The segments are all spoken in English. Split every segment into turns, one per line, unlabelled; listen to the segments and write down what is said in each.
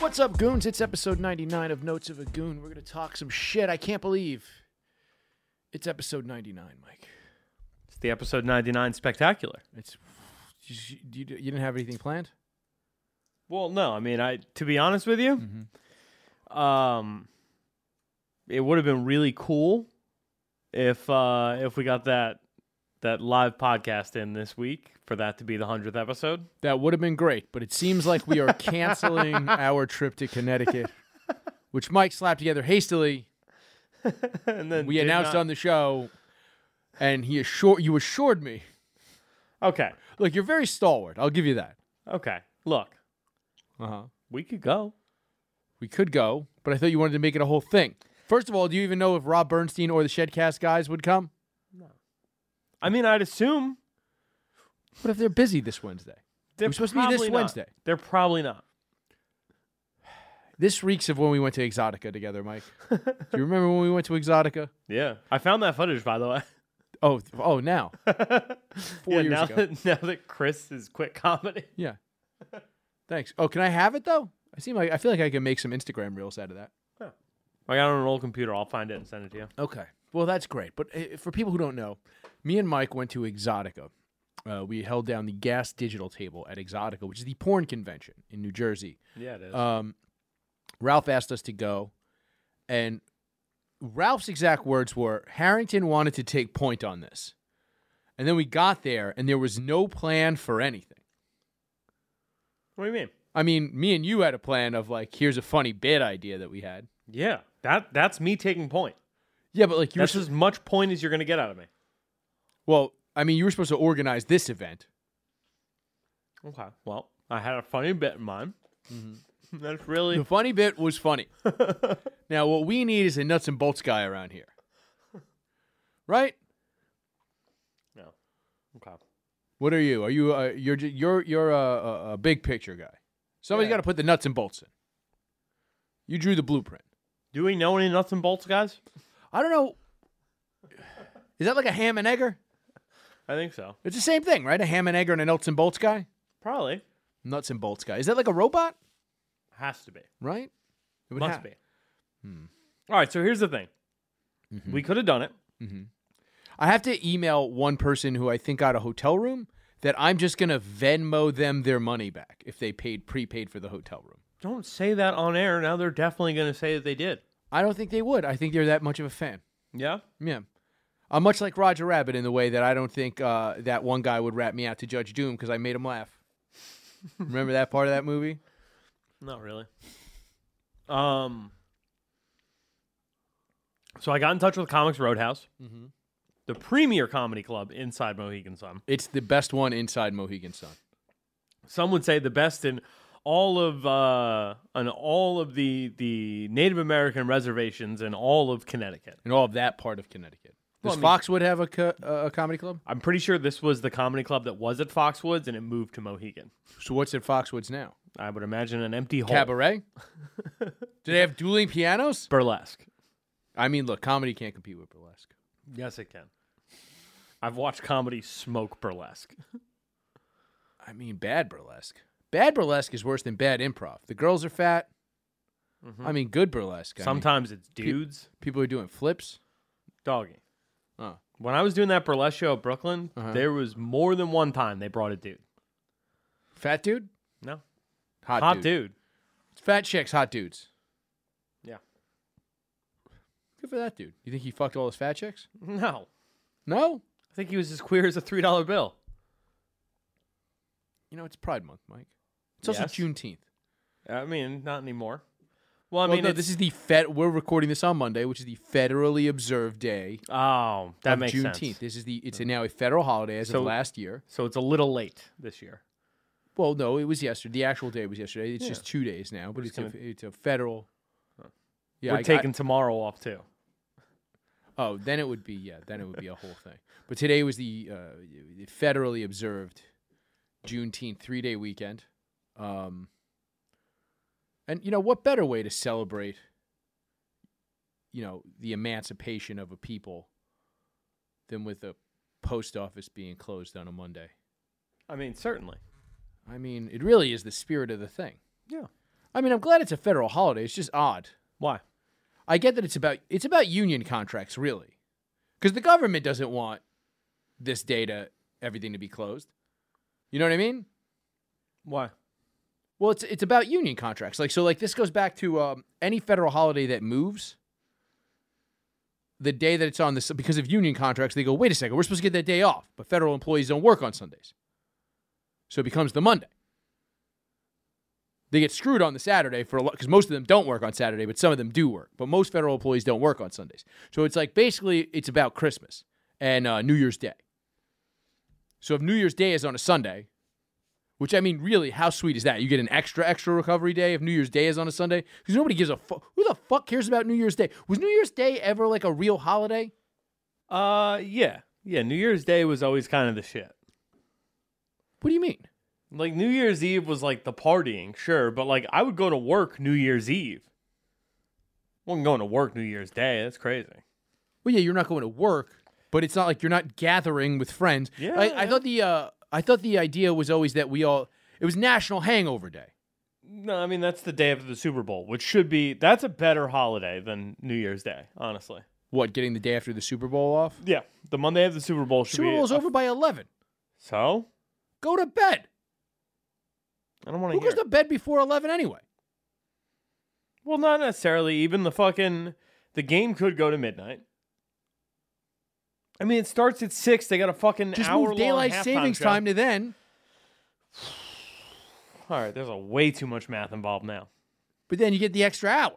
What's up, goons? It's episode 99 of Notes of a Goon. We're going to talk some shit. I can't believe it's episode 99, Mike.
It's the episode 99 spectacular.
It's you, you, you didn't have anything planned?
Well, no, I mean, I to be honest with you, um it would have been really cool if uh if we got that that live podcast in this week for that to be the 100th episode.
That would have been great, but it seems like we are canceling our trip to Connecticut, which Mike slapped together hastily.
and then
We
did
announced
not-
on the show, and he assured you assured me.
Okay.
Look, you're very stalwart. I'll give you that.
Okay. Look,
Uh huh.
we could go.
We could go, but I thought you wanted to make it a whole thing. First of all, do you even know if Rob Bernstein or the Shedcast guys would come?
I mean, I'd assume
What if they're busy this Wednesday?
they're
supposed to be this
probably not.
Wednesday.
They're probably not.
This reeks of when we went to Exotica together, Mike. do you remember when we went to Exotica?
Yeah. I found that footage by the way.
Oh, th- oh, now. Four
yeah,
years
now
ago.
that now that Chris is quit comedy.
Yeah. Thanks. Oh, can I have it though? I seem like I feel like I can make some Instagram reels out of that.
I got it on an old computer. I'll find it and send it to you.
Okay. Well, that's great. But uh, for people who don't know, me and Mike went to Exotica. Uh, we held down the Gas Digital table at Exotica, which is the porn convention in New Jersey.
Yeah, it is.
Um, Ralph asked us to go, and Ralph's exact words were Harrington wanted to take point on this. And then we got there, and there was no plan for anything.
what do you mean?
I mean, me and you had a plan of like, here's a funny bit idea that we had.
Yeah, that that's me taking point.
Yeah, but like you were,
That's as much point as you're gonna get out of me.
well, I mean, you were supposed to organize this event.
Okay. Well, I had a funny bit in mind. That's really
The funny bit was funny. now, what we need is a nuts and bolts guy around here, right?
no. Okay.
What are you? Are you? Uh, you're ju- you're you're a, a, a big picture guy. Somebody's
Yeah.
got to put the nuts and bolts in. You drew the blueprint.
Do we know any nuts and bolts, guys?
I don't know. Is that like a ham and egger?
I think so.
It's the same thing, right? A ham and egger and a nuts and bolts guy.
Probably
Nuts and bolts guy. Is that like a robot?
has to be.
Right? It would
Must
ha-
be. Hmm. All right. So here's the thing. We could have done it.
I have to email one person who I think got a hotel room that I'm just gonna Venmo them their money back if they paid prepaid for the hotel room.
Don't say that on air. Now they're definitely gonna say that they did.
I don't think they would. I think they're that much of a fan.
Yeah.
Yeah. Uh, much like Roger Rabbit in the way that I don't think uh, that one guy would rat me out to Judge Doom because I made him laugh. Remember that part of that movie?
Not really. Um. So I got in touch with Comics Roadhouse, the premier comedy club inside Mohegan Sun.
It's the best one inside Mohegan Sun.
Some would say the best in all of uh, on all of the the Native American reservations in all of Connecticut.
And all of that part of Connecticut. Does
Well, I mean-
Foxwood have a, co- uh, a comedy club?
I'm pretty sure this was the comedy club that was at Foxwoods, and it moved to Mohegan.
So what's at Foxwoods now?
I would imagine an empty hole.
Cabaret? Do they have dueling pianos?
Burlesque.
I mean, look, comedy can't compete with burlesque.
Yes, it can. I've watched comedy smoke burlesque.
I mean, bad burlesque. Bad burlesque is worse than bad improv. The girls are fat.
Mm-hmm.
I mean, good burlesque. I mean,
Sometimes it's dudes.
people are doing flips.
Doggy.
Uh.
When I was doing that burlesque show at Brooklyn,
Uh-huh.
there was more than one time they brought a dude.
Fat dude?
No.
Hot,
Hot
dude.
dude.
Fat chicks, hot dudes.
Yeah.
Good for that dude. You think he fucked all his fat chicks?
No.
No.
I think he was as queer as a three dollar bill.
You know, it's Pride Month, Mike. It's also
Yes.
Juneteenth.
I mean, not anymore. Well, I
well,
mean,
no,
it's-
this is the Fed. We're recording this on Monday, which is the federally observed day
oh, that
of
makes
Juneteenth.
sense. Mm-hmm.
This is the. It's now a federal holiday as
So-
of last year.
So it's a little late this year.
Well, no, it was yesterday. The actual day was yesterday. It's just two days now, but it's,
just
a, it's a federal. Yeah,
We're
I- I-
taking tomorrow off too.
Oh, then it would be yeah. Then it would be a whole thing. But today was the uh, the federally observed Juneteenth three day weekend, um, and you know what better way to celebrate, you know, the emancipation of a people than with a post office being closed on a Monday.
I mean, certainly.
I mean, it really is the spirit of the thing.
Yeah.
I mean, I'm glad it's a federal holiday. It's just odd.
Why?
I get that it's about it's about union contracts, really, because the government doesn't want this data everything to be closed. You know what I mean?
Why?
Well, it's it's about union contracts. Like so, like this goes back to um, any federal holiday that moves. The day that it's on this, because of union contracts, they go, wait a second, we're supposed to get that day off, but federal employees don't work on Sundays, so it becomes the Monday. They get screwed on the Saturday for a lot because most of them don't work on Saturday, but some of them do work. But most federal employees don't work on Sundays, so it's like basically it's about Christmas and uh, New Year's Day. So if New Year's Day is on a Sunday, which I mean, really, how sweet is that? You get an extra, extra recovery day if New Year's Day is on a Sunday because nobody gives a fuck. Who the fuck cares about New Year's Day? Was New Year's Day ever like a real holiday?
Uh, yeah, yeah. New Year's Day was always kind of the shit.
What do you mean?
Like New Year's Eve was like the partying, sure, but like I would go to work New Year's Eve. Wasn't going to work New Year's Day. That's crazy.
Well, yeah, you're not going to work, but it's not like you're not gathering with friends.
Yeah,
I, I
yeah.
thought the uh, I thought the idea was always that we all it was National Hangover Day.
No, I mean that's the day after the Super Bowl, which should be that's a better holiday than New Year's Day, honestly.
What getting the day after the Super Bowl off?
Yeah, the Monday of the Super Bowl should
Super
be
Bowl's
a-
over by eleven.
So
Go to bed.
I don't want
Who
to hear.
goes to bed before eleven anyway?
well, not necessarily. Even the fucking the game could go to midnight. I mean, it starts at six. They got a fucking
Just
hour
move daylight savings time to then.
All right, there's a way too much math involved now.
but then you get the extra hour.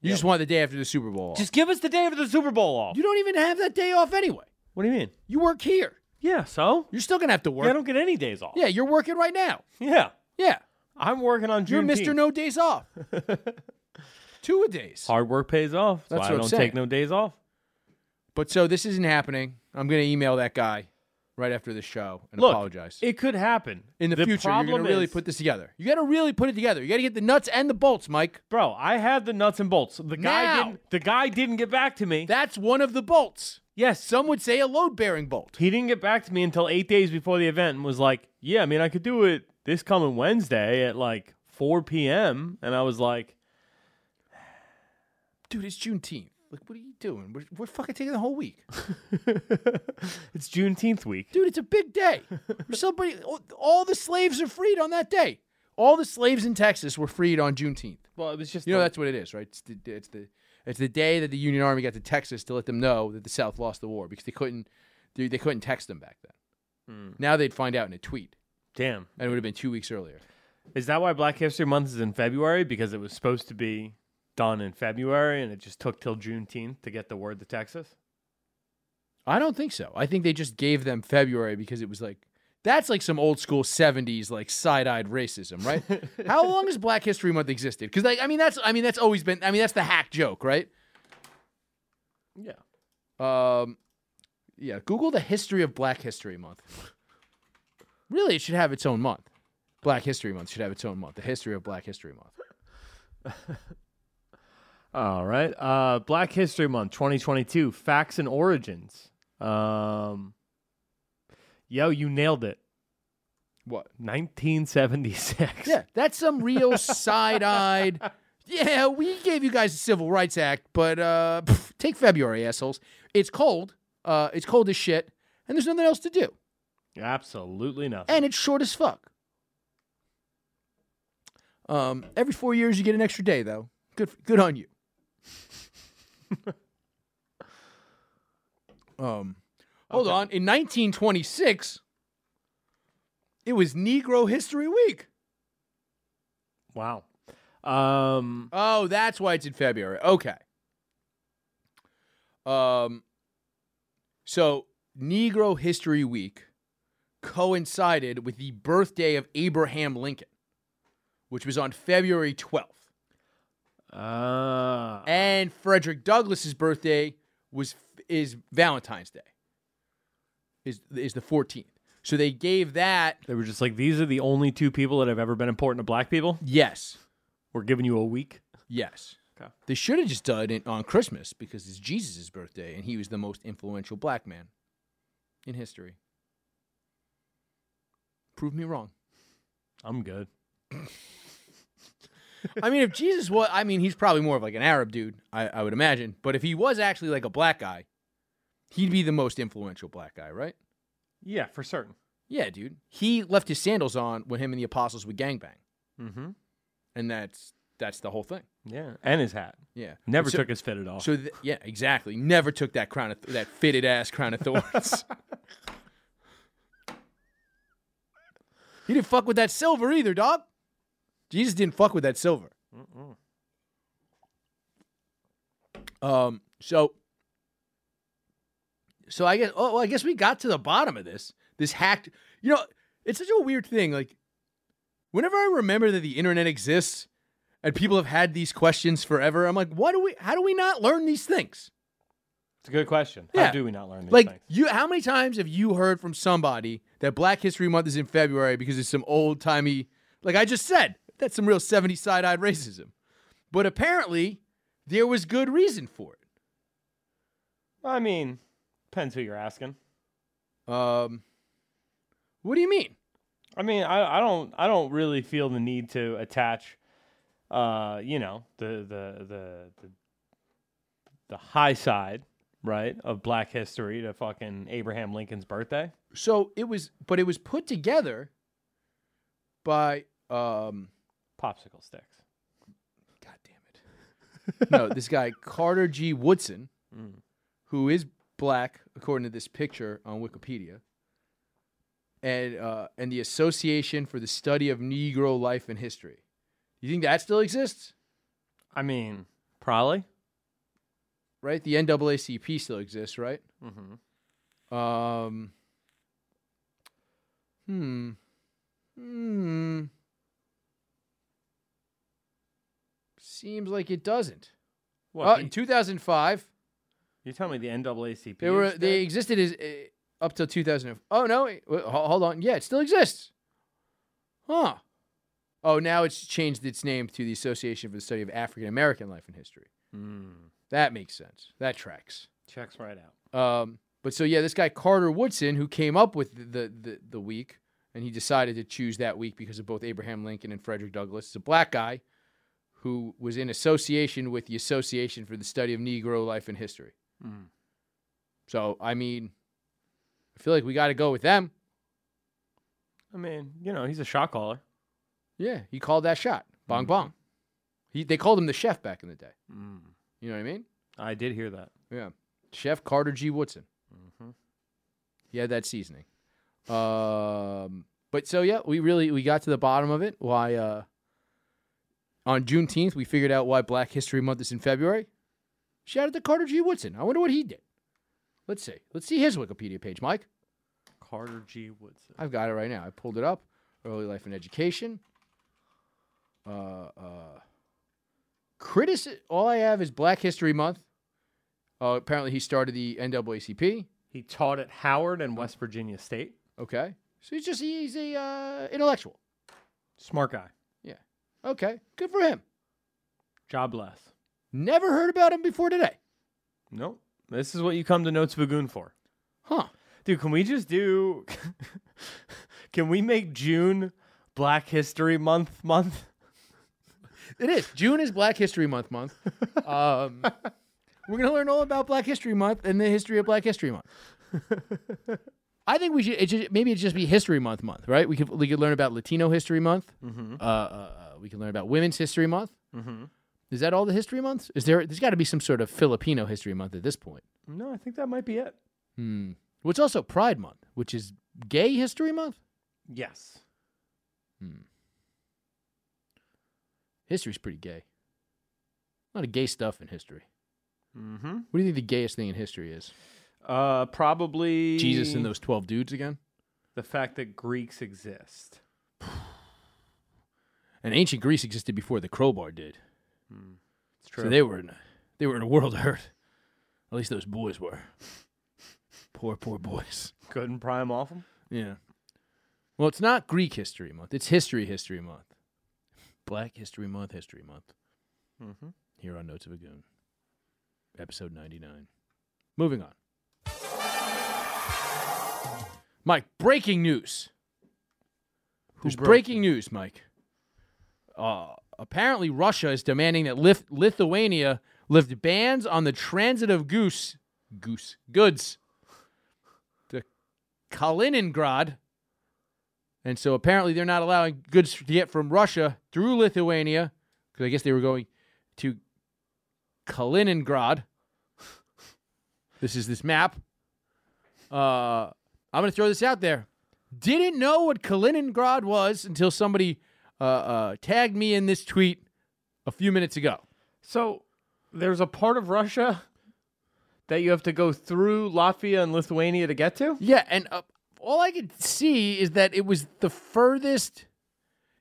You
Yeah.
just want the day after the Super Bowl. off.
Just give us the day of the Super Bowl off.
you don't even have that day off anyway.
what do you mean?
You work here.
Yeah, so
You're still gonna have to
Yeah, I
work.
don't get any days off.
Yeah, you're working right now.
yeah.
Yeah,
I'm working on
you're
June.
Mister No Days Off. Two a days.
Hard work pays off. That's,
That's
why
what
I
I'm
don't
saying.
take no days off.
But so this isn't happening. I'm gonna email that guy right after the show and
Look,
apologize.
It could happen
In the, future, you're gonna
problem
really
is-
put this together. You gotta really put it together. You gotta get the nuts and the bolts, Mike.
Bro, I had the nuts and bolts. The guy
Now.
didn't. The guy didn't get back to me.
That's one of the bolts.
yes,
Some would say a load bearing bolt.
he didn't get back to me until eight days before the event, and was like, "Yeah, I mean, I could do it this coming Wednesday at like 4 p.m." And I was like,
dude, it's Juneteenth. Like, what are you doing? We're, we're fucking taking the whole week.
"It's Juneteenth week."
Dude, it's a big day. We're celebrating. all- All the slaves are freed on that day. All the slaves in Texas were freed on Juneteenth.
Well, it was just
You know, that's what it is, right? It's the, it's the, it's the day that the Union Army got to Texas to let them know that the South lost the war because they couldn't, dude, they couldn't text them back then. Now they'd find out in a tweet,
damn.
and it would have been two weeks earlier.
Is that why Black History Month is in February? Because it was supposed to be done in February, and it just took till Juneteenth to get the word to Texas.
I don't think so. I think they just gave them February because it was like that's like some old school '70s like side-eyed racism, right? How long has Black History Month existed? Because like I mean that's I mean that's always been I mean that's the hack joke, right?
Yeah.
Um, yeah. Google the history of Black History Month. really, it should have its own month. Black History Month should have its own month. The history of Black History Month.
All right. Uh, Black History Month 2022, facts and origins. Um, yo, you nailed it.
What?
1976.
Yeah, that's some real side-eyed. Yeah, we gave you guys the Civil Rights Act, but uh, pff, take February, assholes. It's cold. Uh, it's cold as shit, and there's nothing else to do,
Absolutely nothing.
and it's short as fuck. Um, every four years you get an extra day, though. Good, good on you. um, hold
Okay.
on. In 1926, it was Negro History Week.
Wow. Um,
Oh, that's why it's in February. Okay. Um so Negro History Week coincided with the birthday of Abraham Lincoln, which was on February 12th.
uh,
And Frederick Douglass's birthday was is Valentine's Day. Is is the 14th. So they gave that
they were just like, these are the only two people that have ever been important to black people.
yes.
We're giving you a week.
Yes.
Okay.
They should have just done it on Christmas because it's Jesus' birthday and he was the most influential black man in history. Prove me wrong.
I'm good.
I mean, if Jesus was, I mean, he's probably more of like an Arab dude, I, I would imagine. But if he was actually like a black guy, he'd be the most influential black guy, right?
Yeah, for certain.
Yeah, dude. He left his sandals on when him and the apostles would gangbang,
Mm-hmm.
and that's that's the whole thing.
Yeah, and his hat.
Yeah,
Never
so,
took his fit at all.
So th- yeah, exactly. Never took that crown of th- that fitted ass crown of thorns. he didn't fuck with that silver either, dog. Jesus didn't fuck with that silver.
Mm-mm.
Um, so, so I guess. Oh, well, I guess we got to the bottom of this. This hacked. You know, it's such a weird thing. Like, whenever I remember that the internet exists and people have had these questions forever, I'm like, what do we? How do we not learn these things?
It's a good question.
Yeah.
How do we not learn these
Like
things?
you, how many times have you heard from somebody that Black History Month is in February because it's some old timey? Like I just said, that's some real '70s side eyed racism. But apparently, there was good reason for it.
I mean, depends who you're asking.
Um, what do you mean?
I mean, I, I don't I don't really feel the need to attach, uh, you know, the the the the, the high side right of Black history to fucking Abraham Lincoln's birthday.
So it was, but it was put together by. Um,
Popsicle sticks.
God damn it! no, this guy Carter G. Woodson,
Mm.
who is black according to this picture on Wikipedia, and uh, and the Association for the Study of Negro Life and History. You think that still exists?
I mean, probably.
Right, the NAACP still exists, right?
Mm-hmm.
Um. Hmm. Hmm. Seems like it doesn't.
What?
Uh,
you,
in 2005,
you tell me the NAACP.
they were
is
they
dead?
existed as uh, up till 2000. Oh no, wait, wait, ho- hold on. Yeah, it still exists. Huh. Oh, now it's changed its name to the Association for the Study of African American Life and History.
Mm.
That makes sense. That tracks.
Checks right out.
Um, but so yeah, this guy Carter Woodson, who came up with the, the the the week, and he decided to choose that week because of both Abraham Lincoln and Frederick Douglass. It's a black guy who was in association with the Association for the Study of Negro Life and History.
Mm.
So I mean, I feel like we got to go with them.
I mean, you know, he's a shot caller.
Yeah, he called that shot. Bong bong. He they called him the chef back in the day.
Mm.
You know what I mean?
I did hear that.
Yeah, Chef Carter G. Woodson.
Mm-hmm.
He had that seasoning. Um, but so yeah, we really we got to the bottom of it. Why uh, on Juneteenth we figured out why Black History Month is in February. Shout out to Carter G. Woodson. I wonder what he did. Let's see. Let's see his Wikipedia page, Mike.
Carter G. Woodson.
I've got it right now. I pulled it up. Early life and education. Uh, uh, critici- All I have is Black History Month. Uh, apparently, he started the NAACP.
He taught at Howard and West Virginia State.
Okay, so he's just he's a uh, intellectual.
Smart guy.
Okay, good for him.
Jobless.
Never heard about him before today.
Nope. This is what you come to Notes Vagoon for.
Huh?
Dude, can we just do. can we make June Black History Month month?
It is. June is Black History Month month. Um, we're gonna learn all about Black History Month and the history of Black History Month. I think we should. It should maybe it should just be History Month month, right? We could we could learn about Latino History Month.
Mm-hmm.
Uh, uh, uh, we can learn about Women's History Month.
Mm-hmm.
Is that all the history months? Is there? There's got to be some sort of Filipino History Month at this point.
No, I think that might be it.
Hmm. Well, it's also Pride Month, which is Gay History Month.
Yes.
History's pretty gay. A lot of gay stuff in history.
Mm-hmm.
What do you think the gayest thing in history is?
Uh, probably.
Jesus and those 12 dudes again?
The fact that Greeks exist.
And ancient Greece existed before the crowbar did.
It's true.
So they were in a, they were in a world of hurt. At least those boys were. poor poor boys.
couldn't pry them off them.
Yeah. Well, it's not Greek History Month. It's History History Month. Black History Month, History Month.
Mm-hmm.
Here on Notes of a Goon. Episode 99. Moving on. Mike, breaking news. There's
broke
breaking news, Mike. Uh, apparently, Russia is demanding that Lith- Lithuania lift bans on the transit of goose goose goods to Kaliningrad, and so apparently they're not allowing goods to get from Russia through Lithuania because I guess they were going to Kaliningrad. This is this map. Uh, I'm going to throw this out there. Didn't know what Kaliningrad was until somebody uh, uh, tagged me in this tweet a few minutes ago.
So there's a part of Russia that you have to go through Latvia and Lithuania to get to?
Yeah, and uh, all I could see is that it was the furthest.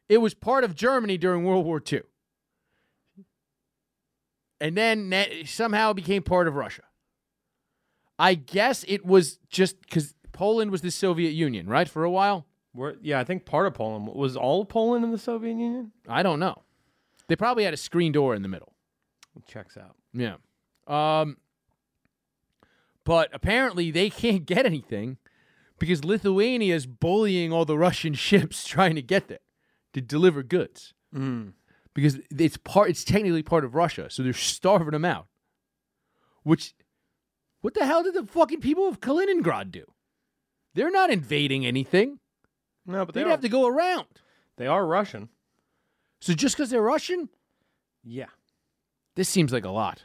It was part of Germany during World War II, and then that somehow became part of Russia. I guess it was just because Poland was the Soviet Union, right, for a while.
Where, yeah, I think part of Poland was all Poland in the Soviet Union.
I don't know. They probably had a screen door in the middle.
Checks out.
Yeah. Um but apparently they can't get anything because Lithuania is bullying all the Russian ships trying to get there to deliver goods.
Hmm.
Because it's part it's technically part of Russia, so they're starving them out. Which what the hell did the fucking people of Kaliningrad do? They're not invading anything.
No, but they
They'd
are,
have to go around.
they are Russian.
So just because they're Russian,
Yeah.
This seems like a lot.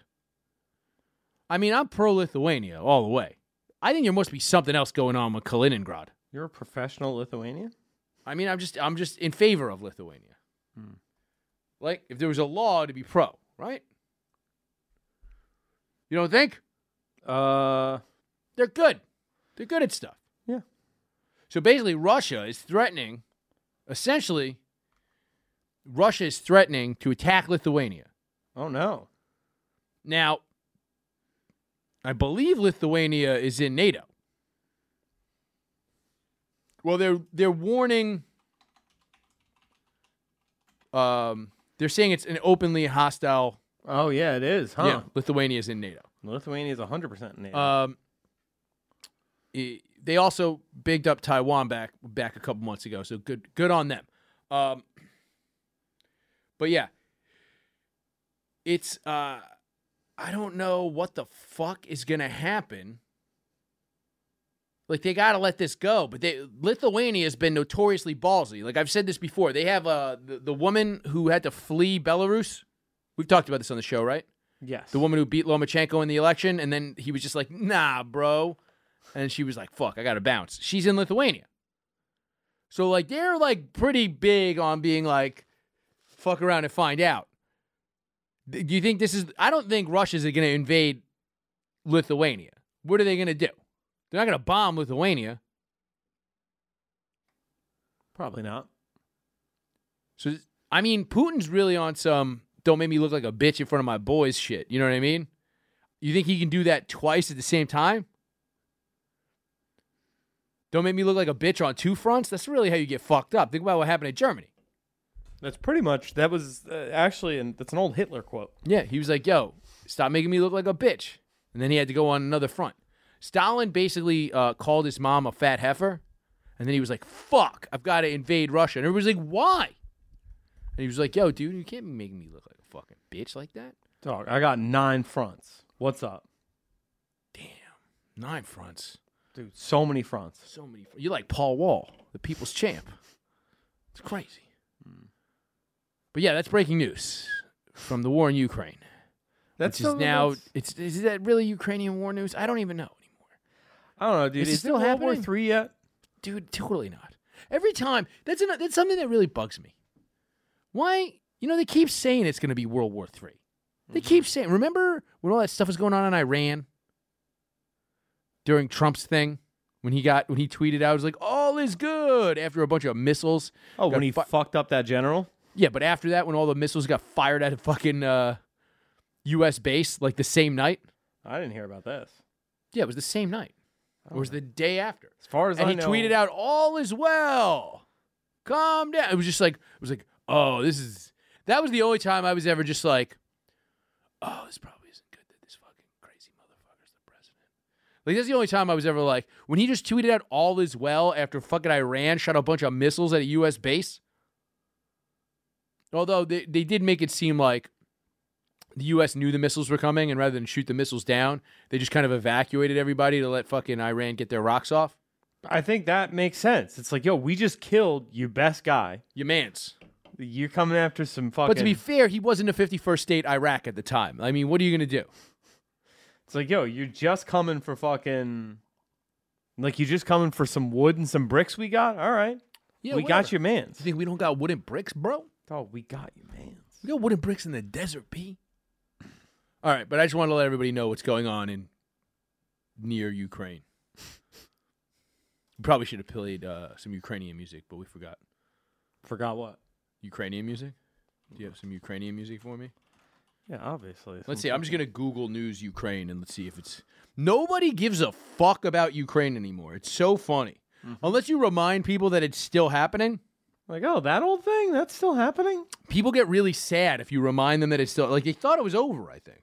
I mean, I'm pro Lithuania all the way. I think there must be something else going on with Kaliningrad.
You're a professional Lithuanian?
I mean, I'm just I'm just in favor of Lithuania. Like if there was a law to be pro, right? You don't think?
Uh
They're good. They're good at stuff.
Yeah.
So basically Russia is threatening essentially Russia is threatening to attack Lithuania.
oh no.
Now, I believe Lithuania is in NATO. Well, they're they're warning. Um, they're saying it's an openly hostile.
Oh yeah, Uh, it is, huh?
Yeah, Lithuania is in NATO.
Lithuania is 100% NATO.
Um, i- they also bigged up Taiwan back back a couple months ago, so good good on them. Um, but yeah, it's uh, I don't know what the fuck is gonna happen. Like they gotta let this go, but they, Lithuania has been notoriously ballsy. Like I've said this before, they have uh the, the woman who had to flee Belarus. We've talked about this on the show, right?
yes.
the woman who beat Lomachenko in the election, and then he was just like, "Nah, bro," and she was like, "Fuck, I gotta bounce." She's in Lithuania, so like they're like pretty big on being like, "Fuck around and find out." Th- Do you think this is? I don't think Russia's gonna invade Lithuania. What are they gonna do? They're not gonna bomb Lithuania.
Probably not.
So I mean, Putin's really on some "don't make me look like a bitch in front of my boys" shit. You know what I mean? You think he can do that twice at the same time? Don't make me look like a bitch on two fronts. That's really how you get fucked up. Think about what happened in Germany.
That's pretty much that was uh, actually and that's an old Hitler quote.
Yeah, he was like, "Yo, stop making me look like a bitch," and then he had to go on another front. Stalin basically uh, called his mom a fat heifer, and then he was like, "Fuck, I've got to invade Russia." And everybody's like, "Why?" And he was like, "Yo, dude, you can't be making me look like a fucking bitch like that."
Dog, I got 9 fronts. What's up?
Nine fronts.
Dude, so many fronts.
So many. Fronts. You're like Paul Wall, the people's champ. It's crazy.
Hmm.
But yeah, that's breaking news from the war in Ukraine,
That's
which is
so-
now.
that's-
It's is that really Ukrainian war news? I don't even know anymore,
I don't know, dude.
Is it
Is, it
still
World War
happening?
3 yet?
dude. Totally not. Every time that's an, that's something that really bugs me. Why? You know they keep saying it's going to be World War Three. They keep saying. Remember when all that stuff was going on in Iran during Trump's thing when he got when he tweeted out, it was like all is good after a bunch of missiles.
Oh,
got
when he
fi-
fucked up that general?
Yeah, but after that, when all the missiles got fired at a fucking uh, U.S. base, like the same night.
I didn't hear about this.
Yeah, it was the same night. Or it was the day after.
As far as
And
I
he
know,
tweeted out, "All is well. Calm down." It was just like it was like, "Oh, this is." That was the only time I was ever just like, "Oh, this probably isn't good that this fucking crazy motherfucker's the president." Like that's the only time I was ever like when he just tweeted out all is well after fucking Iran shot a bunch of missiles at a US base. Although they, they did make it seem like the US knew the missiles were coming and rather than shoot the missiles down, they just kind of evacuated everybody to let fucking Iran get their rocks off.
I think that makes sense. It's like, yo, we just killed your best guy.
Your man's.
You're coming after some fucking.
But to be fair, he wasn't a 51st state Iraq at the time. I mean, what are you going to do?
it's like, yo, you're just coming for fucking. Like you're just coming for some wood and some bricks we got. All right,
Yeah,
we
whatever.
got your man's.
You think we don't got wooden bricks, bro?
Oh, we got your man's.
We got wooden bricks in the desert, P. All right, but I just want to let everybody know what's going on in near Ukraine. We Probably should have played uh, some Ukrainian music, but we forgot.
Forgot what?
Ukrainian music? Do you have some Ukrainian music for me?
Yeah, obviously.
Let's see. I'm just gonna Google news Ukraine and let's see if it's. Nobody gives a fuck about Ukraine anymore. It's so funny, unless you remind people that it's still happening.
Like, oh, that old thing that's still happening.
People get really sad if you remind them that it's still like they thought it was over. I think.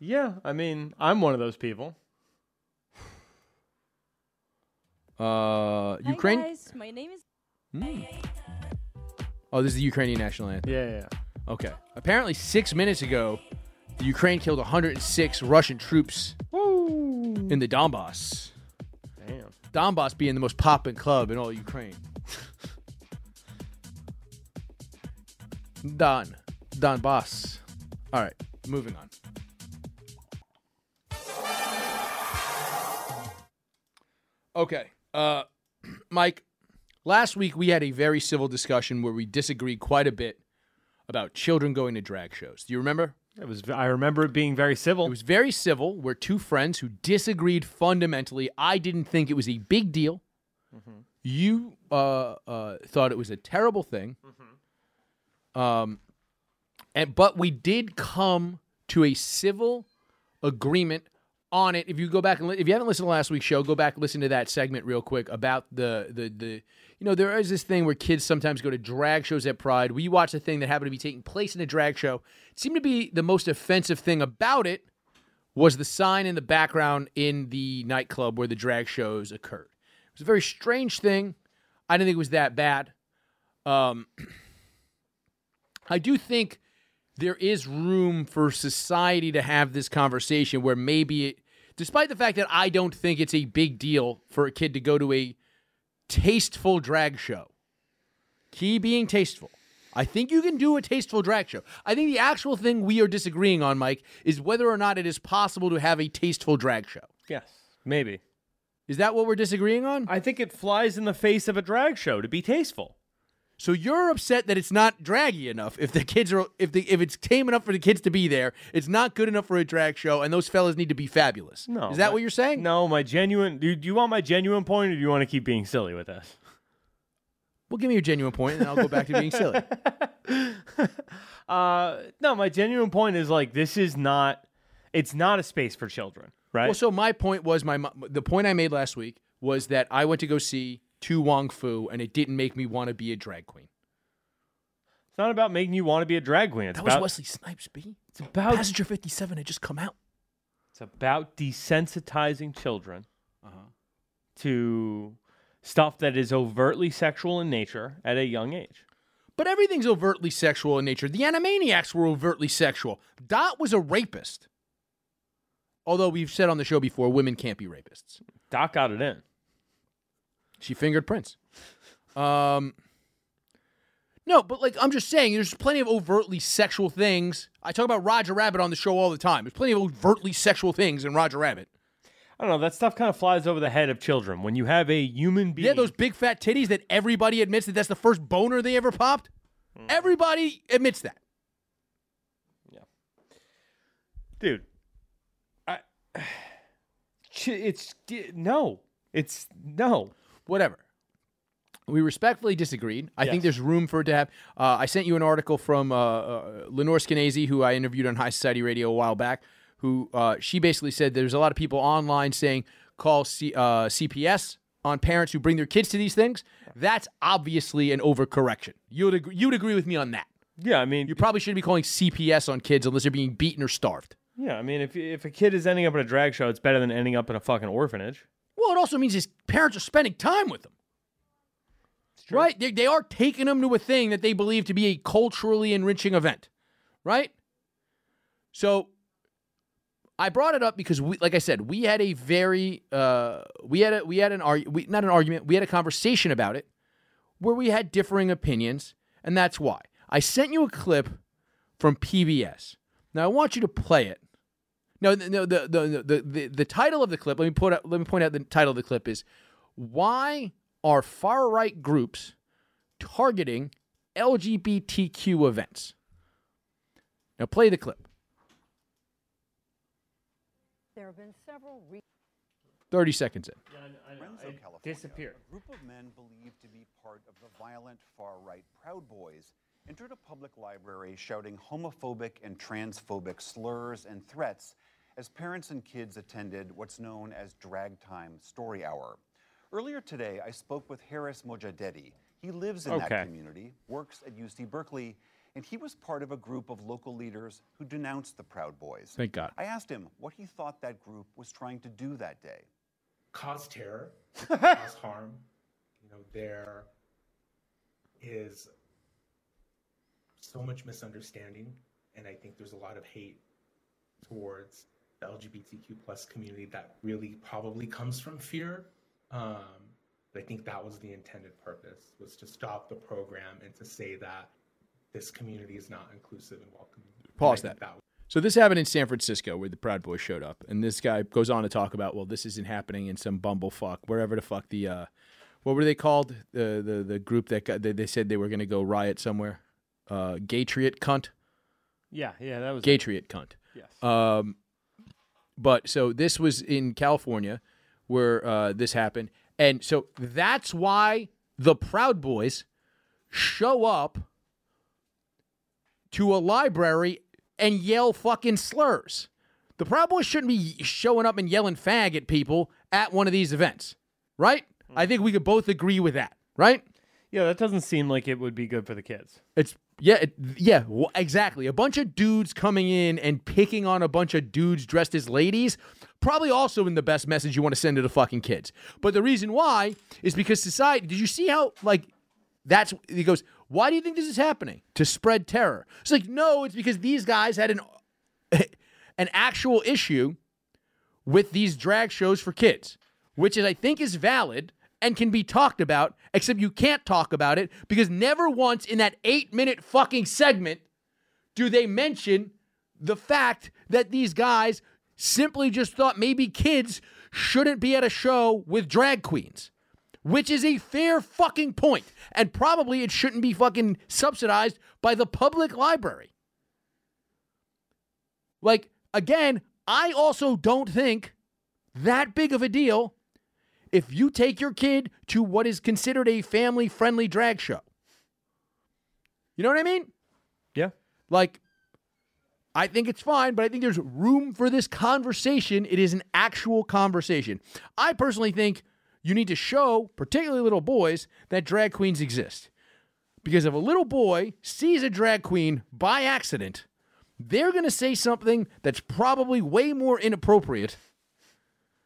Yeah, I mean, I'm one of those people.
Uh, Ukraine.
Hi guys, my name is.
Oh, this is the Ukrainian national anthem.
Yeah, yeah. yeah.
Okay. Apparently, six minutes ago, the Ukraine killed 106 Russian troops
Woo!
in the Donbass.
Damn.
Donbass being the most poppin' club in all Ukraine. Don. Donbass. All right, moving on. Okay. Uh, Mike, last week we had a very civil discussion where we disagreed quite a bit about children going to drag shows. Do you remember?
It was. I remember it being very civil.
It was very civil. We're two friends who disagreed fundamentally. I didn't think it was a big deal. You uh, uh, thought it was a terrible thing. Um, and but we did come to a civil agreement on it. If you go back and li- if you haven't listened to last week's show, go back and listen to that segment real quick about the the the you know there is this thing where kids sometimes go to drag shows at Pride. We watched a thing that happened to be taking place in a drag show. It seemed to be the most offensive thing about it was the sign in the background in the nightclub where the drag shows occurred. It was a very strange thing. I didn't think it was that bad. Um, I do think there is room for society to have this conversation where maybe it, despite the fact that I don't think it's a big deal for a kid to go to a tasteful drag show, key being tasteful. I think you can do a tasteful drag show. I think the actual thing we are disagreeing on, Mike, is whether or not it is possible to have a tasteful drag show.
yes, maybe.
Is that what we're disagreeing on?
I think it flies in the face of a drag show to be tasteful.
So you're upset that it's not draggy enough. If the kids are, if the if it's tame enough for the kids to be there, it's not good enough for a drag show, and those fellas need to be fabulous.
No,
is that
my-
what you're saying?
No, my genuine. Do, do you want my genuine point, or do you want to keep being silly with us?
Well, give me your genuine point, and I'll go back to being silly.
Uh, no, my genuine point is like this is not. It's not a space for children, right?
Well, so my point was my mo- the point I made last week was that I went to go see Tu Wong Fu, and it didn't make me want to be a drag queen.
it's not about making you want to be a drag queen. It's
That
about
was Wesley Snipes, B.
it's about
Passenger 57 had just come out.
it's about desensitizing children Uh-huh. to stuff that is overtly sexual in nature at a young age.
But everything's overtly sexual in nature. The Animaniacs were overtly sexual. Dot was a rapist. Although we've said on the show before, women can't be rapists.
Doc got it in.
She fingered Prince. Um, no, but like I'm just saying, there's plenty of overtly sexual things. I talk about Roger Rabbit on the show all the time. There's plenty of overtly sexual things in Roger Rabbit.
I don't know. That stuff kind of flies over the head of children when you have a human being.
Yeah, those big fat titties that everybody admits that that's the first boner they ever popped. Hmm. Everybody admits that.
dude. I, Ch- it's di- no, it's no.
whatever. We respectfully disagreed. I think
Yes.
there's room for it to have. Uh, I sent you an article from uh, uh, Lenore Skenazy, who I interviewed on High Society Radio a while back. Who uh, she basically said there's a lot of people online saying call C- uh, CPS on parents who bring their kids to these things. That's obviously an overcorrection. You'd agree, you'd agree with me on that.
Yeah, I mean,
You probably shouldn't be calling CPS on kids unless they're being beaten or starved.
Yeah, I mean, if if a kid is ending up at a drag show, it's better than ending up in a fucking orphanage.
Well, it also means his parents are spending time with him.
true.
Right? They, they are taking him to a thing that they believe to be a culturally enriching event. Right? So I brought it up because we like I said, we had a very uh we had a we had an arg we, not an argument, we had a conversation about it where we had differing opinions, and that's why. I sent you a clip from PBS. Now I want you to play it. No, th- no, the the the the, the title of the clip. Let me put out, let me point out the title of the clip is why are far right groups targeting LGBTQ events? Now play the clip.
There have been several. Re-
Thirty seconds in.
Renzo, California,
disappeared.
A group of men believed to be part of the violent far right Proud Boys entered a public library shouting homophobic and transphobic slurs and threats as parents and kids attended what's known as Drag Time Story Hour. Earlier today, I spoke with Harris Mojadedi. He lives in
Okay.
that community, works at UC Berkeley, and he was part of a group of local leaders who denounced the Proud Boys.
Thank God.
I asked him what he thought that group was trying to do that day.
cause terror, cause harm. You know, there is so much misunderstanding, and I think there's a lot of hate towards the LGBTQ plus community that really probably comes from fear. Um, but I think that was the intended purpose was to stop the program and to say that this community is not inclusive and welcoming. And I
Pause
think
that. So this happened in San Francisco where the Proud Boys showed up, and this guy goes on to talk about, well, this isn't happening in some bumblefuck, wherever the fuck the, uh, what were they called? The the the group that got, they, they said they were going to go riot somewhere. Uh, Gatriot cunt.
Yeah, yeah, that was
Gatriot cunt.
Yes.
Um, but so this was in California where uh, this happened. And so that's why the Proud Boys show up to a library and yell fucking slurs. The Proud Boys shouldn't be showing up and yelling fag at people at one of these events, right? I think we could both agree with that, right?
yeah, that doesn't seem like it would be good for the kids.
It's yeah, it, yeah, w exactly. A bunch of dudes coming in and picking on a bunch of dudes dressed as ladies, probably also in the best message you want to send to the fucking kids. But the reason why is because society. Did you see how like that's he goes? Why do you think this is happening? To spread terror. It's like no, it's because these guys had an an actual issue with these drag shows for kids, which is I think is valid and can be talked about, except you can't talk about it because never once in that eight minute fucking segment do they mention the fact that these guys simply just thought maybe kids shouldn't be at a show with drag queens. Which is a fair fucking point, and probably it shouldn't be fucking subsidized by the public library. Like, again, I also don't think that big of a deal if you take your kid to what is considered a family friendly drag show. You know what I mean?
Yeah.
Like, I think it's fine, but I think there's room for this conversation. It is an actual conversation. I personally think you need to show, particularly little boys, that drag queens exist. Because if a little boy sees a drag queen by accident, they're going to say something that's probably way more inappropriate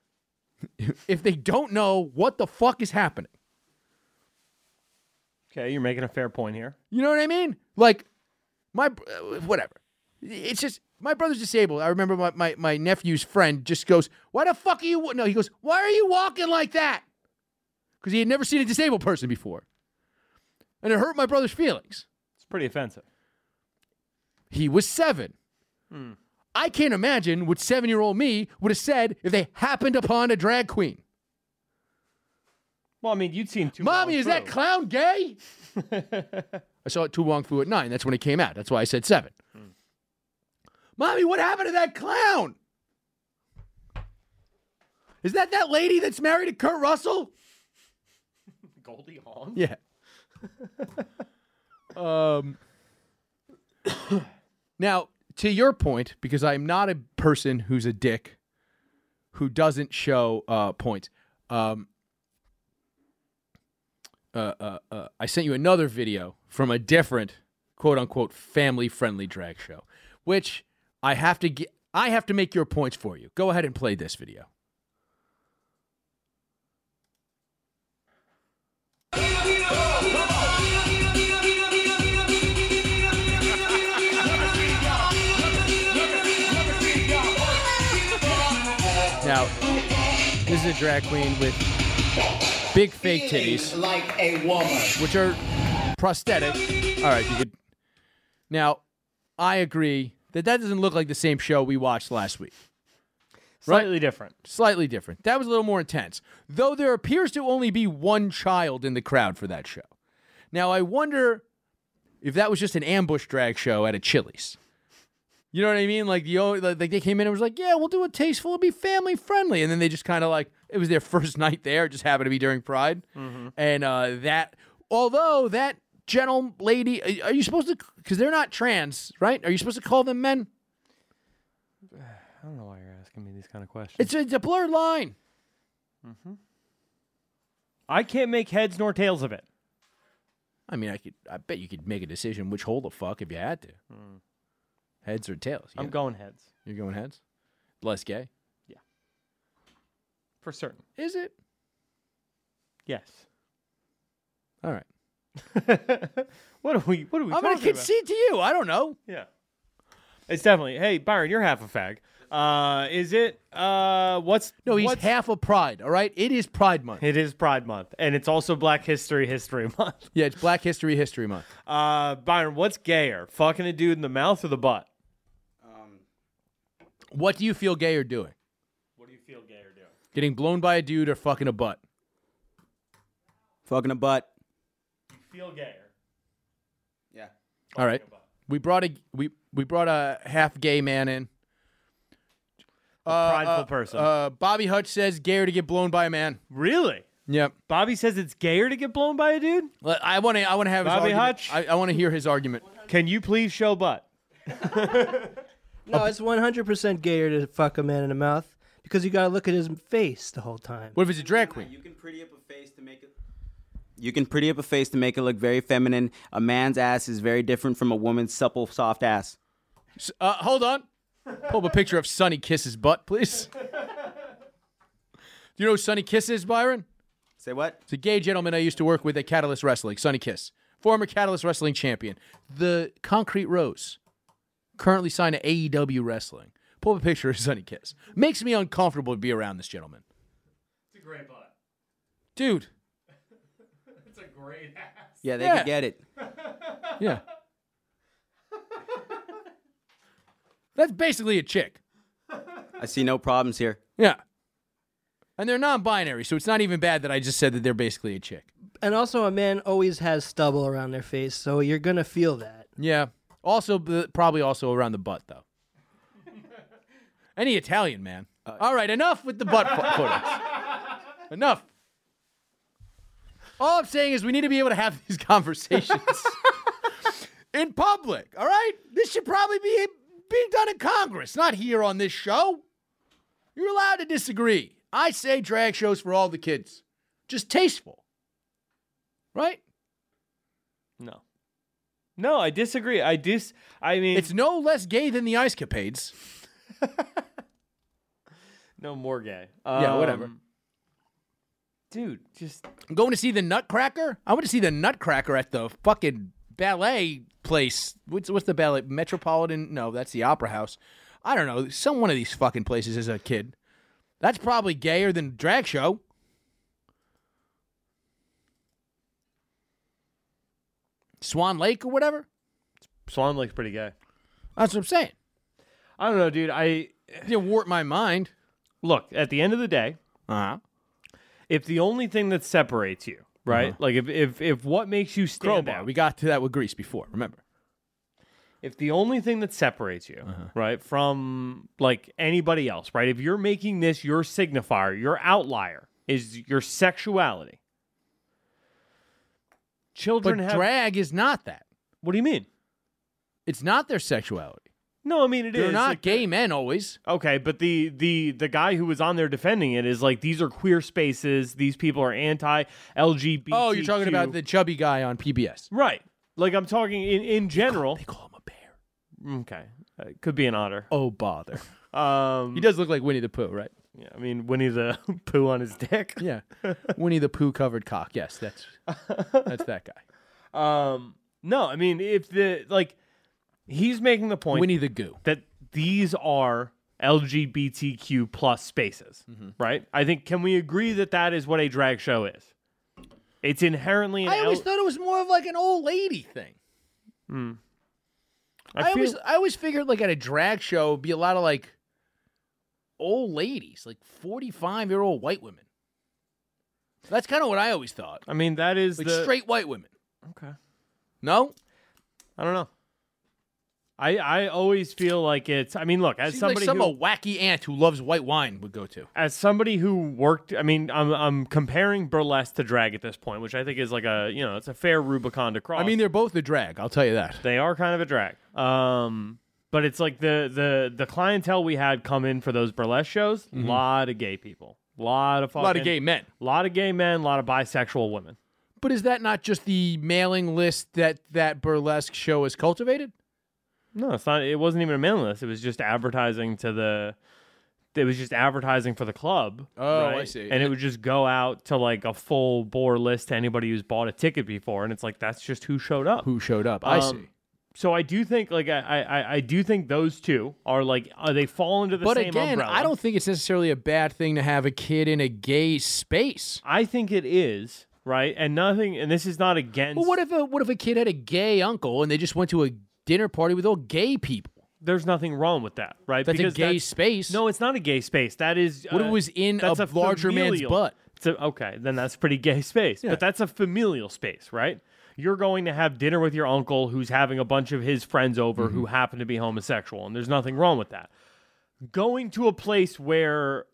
if they don't know what the fuck is happening.
Okay, you're making a fair point here.
You know what I mean? Like, my, uh, whatever. It's just, my brother's disabled. I remember my, my, my nephew's friend just goes, Why the fuck are you? wa-" No, he goes, Why are you walking like that? Because he had never seen a disabled person before. And it hurt my brother's feelings.
It's pretty offensive.
He was seven. I can't imagine what seven year old me would have said if they happened upon a drag queen.
Well, I mean, you'd seen two.
Mommy,
Motley
is that
Crue.
clown gay? I saw it Tu Wong Fu at nine. That's when it came out. That's why I said seven. Hmm. Mommy, what happened to that clown? Is that that lady that's married to Kurt Russell?
Goldie Hawn?
Yeah. um. now, to your point, because I'm not a person who's a dick, who doesn't show uh, points. Um. Uh, uh, uh, I sent you another video from a different quote unquote family friendly drag show, which I have to get. I have to make your points for you. Go ahead and play this video. Now, this is a drag queen with big fake titties
Like a woman.
which are prosthetic. All right, you could. Now, I agree that that doesn't look like the same show we watched last week.
Slightly different.
Slightly different. That was a little more intense, though. There appears to only be one child in the crowd for that show. Now, I wonder if that was just an ambush drag show at a Chili's. You know what I mean? Like the only, like they came in and was like, "Yeah, we'll do it tasteful, it'll be family friendly," and then they just kind of like it was their first night there. It just happened to be during Pride, and uh, that although that gentle lady, are- are you supposed to? Because they're not trans, right? Are you supposed to call them men?
I don't know why you're asking me these kind of questions.
It's a, it's a blurred line.
I can't make heads nor tails of it.
I mean, I could, I bet you could make a decision which hole the fuck if you had to, heads or tails. You
Hmm. I'm
got-
going heads
You're going heads. Less gay.
for certain.
Is it?
Yes.
All right.
what are we? What are
I'm
we talking
gonna
about?
concede to you. I don't know.
Yeah. It's definitely. Hey, Byron, you're half a fag. Uh, is it? Uh, what's
No, he's
what's-
half a pride. All right, it is Pride Month.
It is Pride Month, and it's also Black History History Month.
Yeah, it's Black History History Month.
Uh, Byron, what's gayer, fucking a dude in the mouth or the butt?
What do you feel gay are doing?
What do you feel gayer doing?
Getting blown by a dude or fucking a butt?
Fucking a butt.
Feel gayer.
Yeah.
All right, we brought a we we brought a half gay man in. Uh,
prideful
uh,
person.
Uh, Bobby Hutch says gayer to get blown by a man.
Really?
Yep.
Bobby says it's gayer to get blown by a dude.
Well, I want to I want to have
Bobby
his argument.
Hutch?
I, I want to hear his argument.
Can you please show butt?
No, it's 100% gayer to fuck a man in the mouth because you got to look at his face the whole time.
What if it's a drag queen?
You can pretty up a face to make it. You can pretty up a face to make it look very feminine. A man's ass is very different from a woman's supple, soft ass.
S- Uh, hold on. Pull up a picture of Sonny Kiss's butt, please. Do you know who Sonny Kiss is, Byron?
Say what?
It's a gay gentleman I used to work with at Catalyst Wrestling, Sonny Kiss, former Catalyst Wrestling champion. The Concrete Rose, currently signed to AEW Wrestling. Pull up a picture of Sonny Kiss. Makes me uncomfortable to be around this gentleman. It's a great butt. Dude.
Yeah, they
Yeah.
can get it.
Yeah. That's basically a chick.
I see no problems here.
Yeah. And they're non binary, so it's not even bad that I just said that they're basically a chick.
And also, a man always has stubble around their face, so you're going to feel that.
Yeah. Also, b- probably also around the butt, though. Any Italian man. All right, enough with the butt fo- photos. Enough. All I'm saying is we need to be able to have these conversations in public. All right, this should probably be being done in Congress, not here on this show. You're allowed to disagree. I say drag shows for all the kids, just tasteful, right?
No. No, I disagree. I dis. I mean,
It's no less gay than the ice capades.
no more gay.
Yeah, whatever.
Um, Dude, just
I'm going to see the Nutcracker. I want to see the Nutcracker at the fucking ballet place. What's what's the ballet? Metropolitan? No, that's the Opera House. I don't know. Some one of these fucking places as a kid. That's probably gayer than drag show. Swan Lake or whatever.
Swan Lake's pretty gay.
That's what I'm saying.
I don't know, dude. I
You warp my mind.
look at the end of the day. Uh-huh.
Uh huh.
If the only thing that separates you, right? Like if if if what makes you stand
Crowbar.
out,
We got to that with Greece before. Remember?
if the only thing that separates you,
Uh-huh.
right, from like anybody else, right? If you're making this your signifier, your outlier is your sexuality.
But
Children have.
drag is not that.
what do you mean?
It's not their sexuality.
No, I mean it is.
They're not
like,
gay men always.
Okay, but the the the guy who was on there defending it is like these are queer spaces. These people are anti LGBT.
Oh, you're talking about the chubby guy on PBS.
right? Like I'm talking in in general.
They call him a bear.
Okay, uh, could be an otter.
Oh bother.
Um,
He does look like Winnie the Pooh, right?
yeah, I mean, Winnie the Pooh on his dick.
Yeah, Winnie the Pooh covered cock. Yes, that's that's that guy.
Um, no, I mean, if the like, he's making the point
Winnie the Goo.
that these are LGBTQ plus spaces,
Mm-hmm.
right? I think can we agree that that is what a drag show is? It's inherently. An
I always
L-
thought it was more of like an old lady thing. I,
I feel-
always I always figured like at a drag show it'd be a lot of like old ladies, like forty five year old white women. That's kind of what I always thought,
I mean, that is
like
the
straight white women.
Okay.
No,
I don't know. I I always feel like it's. I mean, look as
Seems
somebody
like some
who,
old wacky aunt who loves white wine would go to.
as somebody who worked. I mean, I'm I'm comparing burlesque to drag at this point, which I think is like a you know it's a fair Rubicon to cross.
I mean, they're both a drag. I'll tell you that.
They are kind of a drag. Um, but it's like the the the clientele we had come in for those burlesque shows. A lot of gay people. A lot of
A
fucking,
Mm-hmm. lot of gay men.
lot of gay men. A lot of bisexual women.
But is that not just the mailing list that that burlesque show has cultivated?
No, it's not. It wasn't even a mailing list. It was just advertising to the. It was just advertising for the club.
Oh, I
right?
see.
And it would just go out to like a full bore list to anybody who's bought a ticket before, and it's like that's just who showed up.
Who showed up? I
Um,
see.
So I do think like I I, I do think those two are like uh, they fall into the
But
same
again,
umbrella.
I don't think it's necessarily a bad thing to have a kid in a gay space.
I think it is right, and nothing. And this is not against.
Well, what if a what if a kid had a gay uncle and they just went to a dinner party with all gay people?
there's nothing wrong with that, right?
That's
because
a gay
that's-
space.
No, it's not a gay space. That is uh,
What if it was in a
that's
larger man's
familial-
butt?
It's a, okay, then that's pretty gay space. But that's a familial space, right? You're going to have dinner with your uncle who's having a bunch of his friends over who
Mm-hmm.
happen to be homosexual, and there's nothing wrong with that. Going to a place where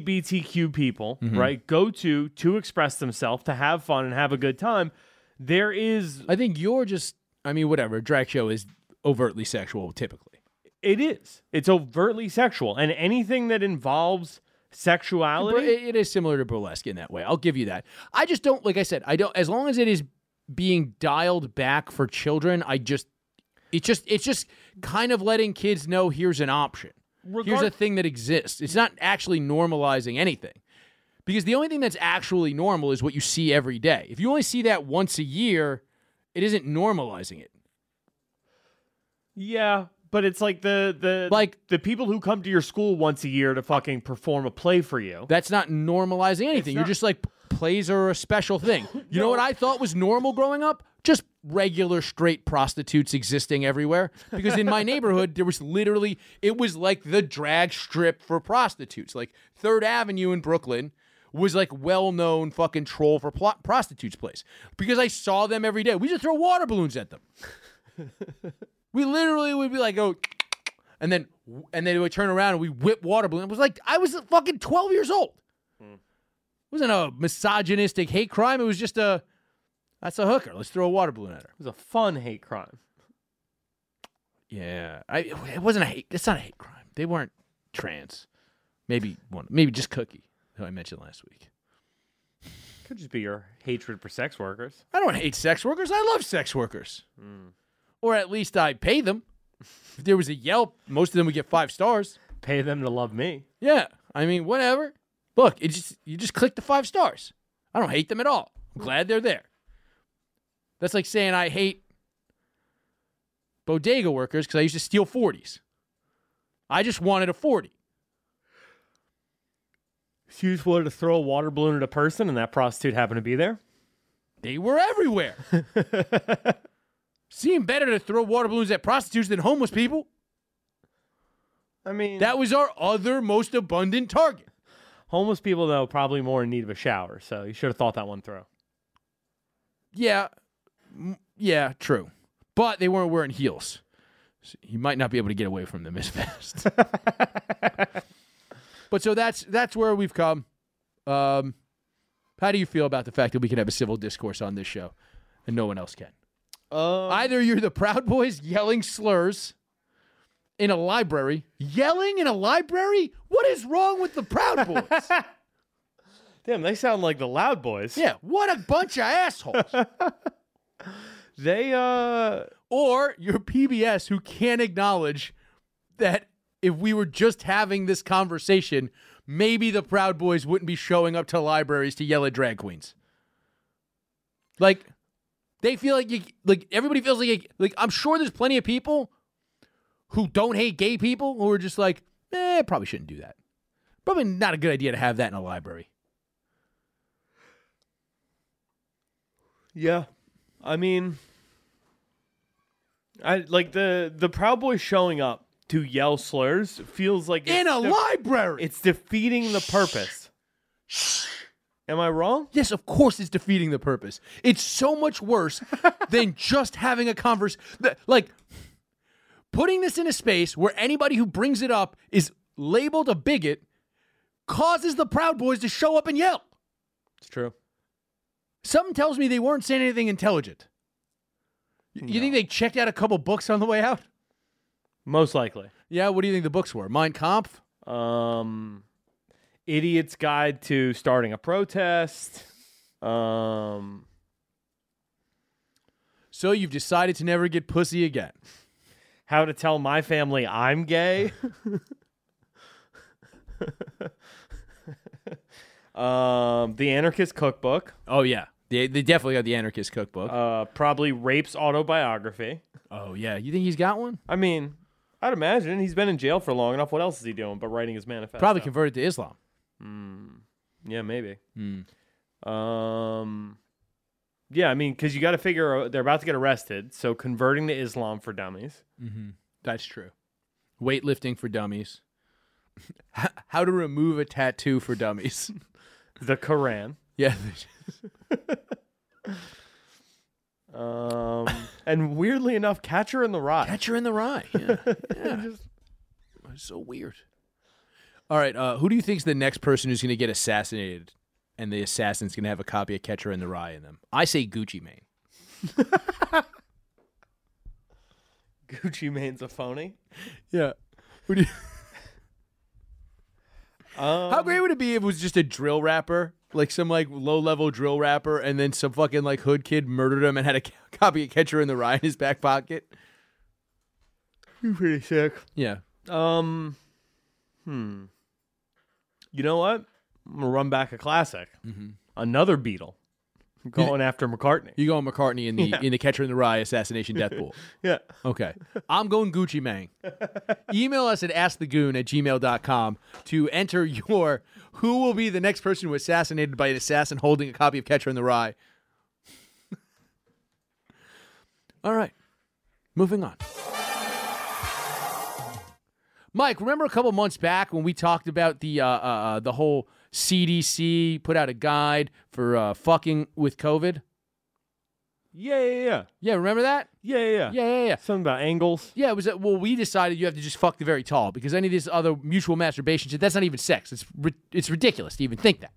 LGBTQ people,
Mm-hmm.
right, go to to express themselves, to have fun and have a good time, there is
I think you're just. I mean, whatever. A drag show is overtly sexual, typically.
It is. It's overtly sexual, and anything that involves
Bur-
sexuality.
it- it is similar to burlesque in that way. I'll give you that. I just don't like. I said I don't. As long as it is being dialed back for children, I just. It's just it's just kind of letting kids know here's an option. here's a
Regard-
thing that exists. It's not actually normalizing anything. Because the only thing that's actually normal is what you see every day. If you only see that once a year, it isn't normalizing it.
yeah, but it's like the the
Like-
the people who come to your school once a year to fucking perform a play for you.
That's not normalizing anything. You're
not-
just like p- plays are a special thing. You know what I thought was normal growing up? Just regular straight prostitutes existing everywhere. Because in my neighborhood, there was literally it was like the drag strip for prostitutes. Like Third Avenue in Brooklyn was like well-known fucking troll for pl- prostitutes place because I saw them every day. We just throw water balloons at them. we literally would be like, oh, and then and then we would turn around and we whip water balloon. It was like I was fucking twelve years old. It wasn't a misogynistic hate crime. It was just a that's a hooker. Let's throw a water balloon at her.
it was a fun hate crime.
Yeah, I, it wasn't a hate. It's not a hate crime. They weren't trans. Maybe one. Maybe just Cookie, who I mentioned last week.
Could just be your hatred for sex workers.
I don't hate sex workers. I love sex workers, or at least I pay them. if there was a Yelp, most of them would get five stars.
Pay them to love me.
Yeah, I mean, whatever. Look, it just you just click the five stars. I don't hate them at all. I'm glad they're there. That's like saying I hate bodega workers because I used to steal forties. I just wanted a forty.
If you just wanted to throw a water balloon at a person, and that prostitute happened to be there.
They were everywhere. Seemed better to throw water balloons at prostitutes than homeless people.
I mean,
That was our other most abundant target.
homeless people though probably more in need of a shower. So you should have thought that one through.
Yeah, M- yeah, true. But they weren't wearing heels. So you might not be able to get away from them as fast. but so that's that's where we've come. Um, how do you feel about the fact that we can have a civil discourse on this show, and no one else can? Either you're the Proud Boys yelling slurs in a library, yelling in a library. What is wrong with the Proud Boys?
Damn, they sound like the Loud Boys.
yeah, what a bunch of assholes.
They uh.
or your PBS who can't acknowledge that if we were just having this conversation, maybe the Proud Boys wouldn't be showing up to libraries to yell at drag queens. Like, they feel like you, like everybody feels like you- like I'm sure there's plenty of people who don't hate gay people who are just like, eh, probably shouldn't do that. Probably not a good idea to have that in a library.
Yeah. I mean I like the the Proud Boys showing up to yell slurs feels like
In
it's
a
de-
library.
It's defeating the purpose. Am I wrong?
Yes, of course it's defeating the purpose. It's so much worse than just having a converse th- like putting this in a space where anybody who brings it up is labeled a bigot causes the Proud Boys to show up and yell.
It's true.
Something tells me they weren't saying anything intelligent. Y- You think they checked out a couple books on the way out?
Most likely.
Yeah, what do you think the books were? Mein Kampf?
Um Idiot's Guide to Starting a Protest. Um
So you've decided to never get pussy again.
How to Tell My Family I'm Gay. um, the Anarchist Cookbook.
Oh yeah. They, they definitely got the anarchist cookbook.
Uh, probably Rape's autobiography.
oh yeah. You think he's got one?
I mean, I'd imagine he's been in jail for long enough. What else is he doing but writing his manifesto?
Probably converted to Islam.
Yeah, maybe. Um, yeah, I mean, because you got to figure uh, they're about to get arrested, so converting to Islam for dummies.
That's true. Weightlifting for dummies. H- How to remove a tattoo for dummies.
The Koran.
yeah.
Um, and weirdly enough, Catcher in the Rye.
Catcher in the rye. Yeah. yeah. so weird. All right. Uh, who do you think's the next person who's going to get assassinated and the assassin's going to have a copy of Catcher in the Rye in them? I say Gucci Mane.
Gucci Mane's a phony.
Yeah. Who do you-
Um,
How great would it be if it was just a drill rapper? Like some like low level drill rapper, and then some fucking like hood kid murdered him and had a c- copy of Catcher in the Rye in his back pocket.
You're pretty sick.
Yeah,
Um, hmm. You know what? I'm gonna run back a classic. Another Beatle going after McCartney.
You going McCartney in the in the Catcher in the Rye assassination death pool.
Yeah.
Okay. I'm going Gucci Mang. Email us at askthegoon at gmail.com to enter your who will be the next person who assassinated by an assassin holding a copy of Catcher in the Rye. All right. Moving on. Mike, remember a couple months back when we talked about the uh, uh, uh, the whole CDC put out a guide for uh, fucking with COVID?
Yeah, yeah, yeah.
Yeah, remember that?
Yeah, yeah, yeah.
Yeah, yeah, yeah.
Something about angles.
Yeah, it was that. Well, we decided you have to just fuck the very tall because any of this other mutual masturbation shit, that's not even sex. It's ri- it's ridiculous to even think that.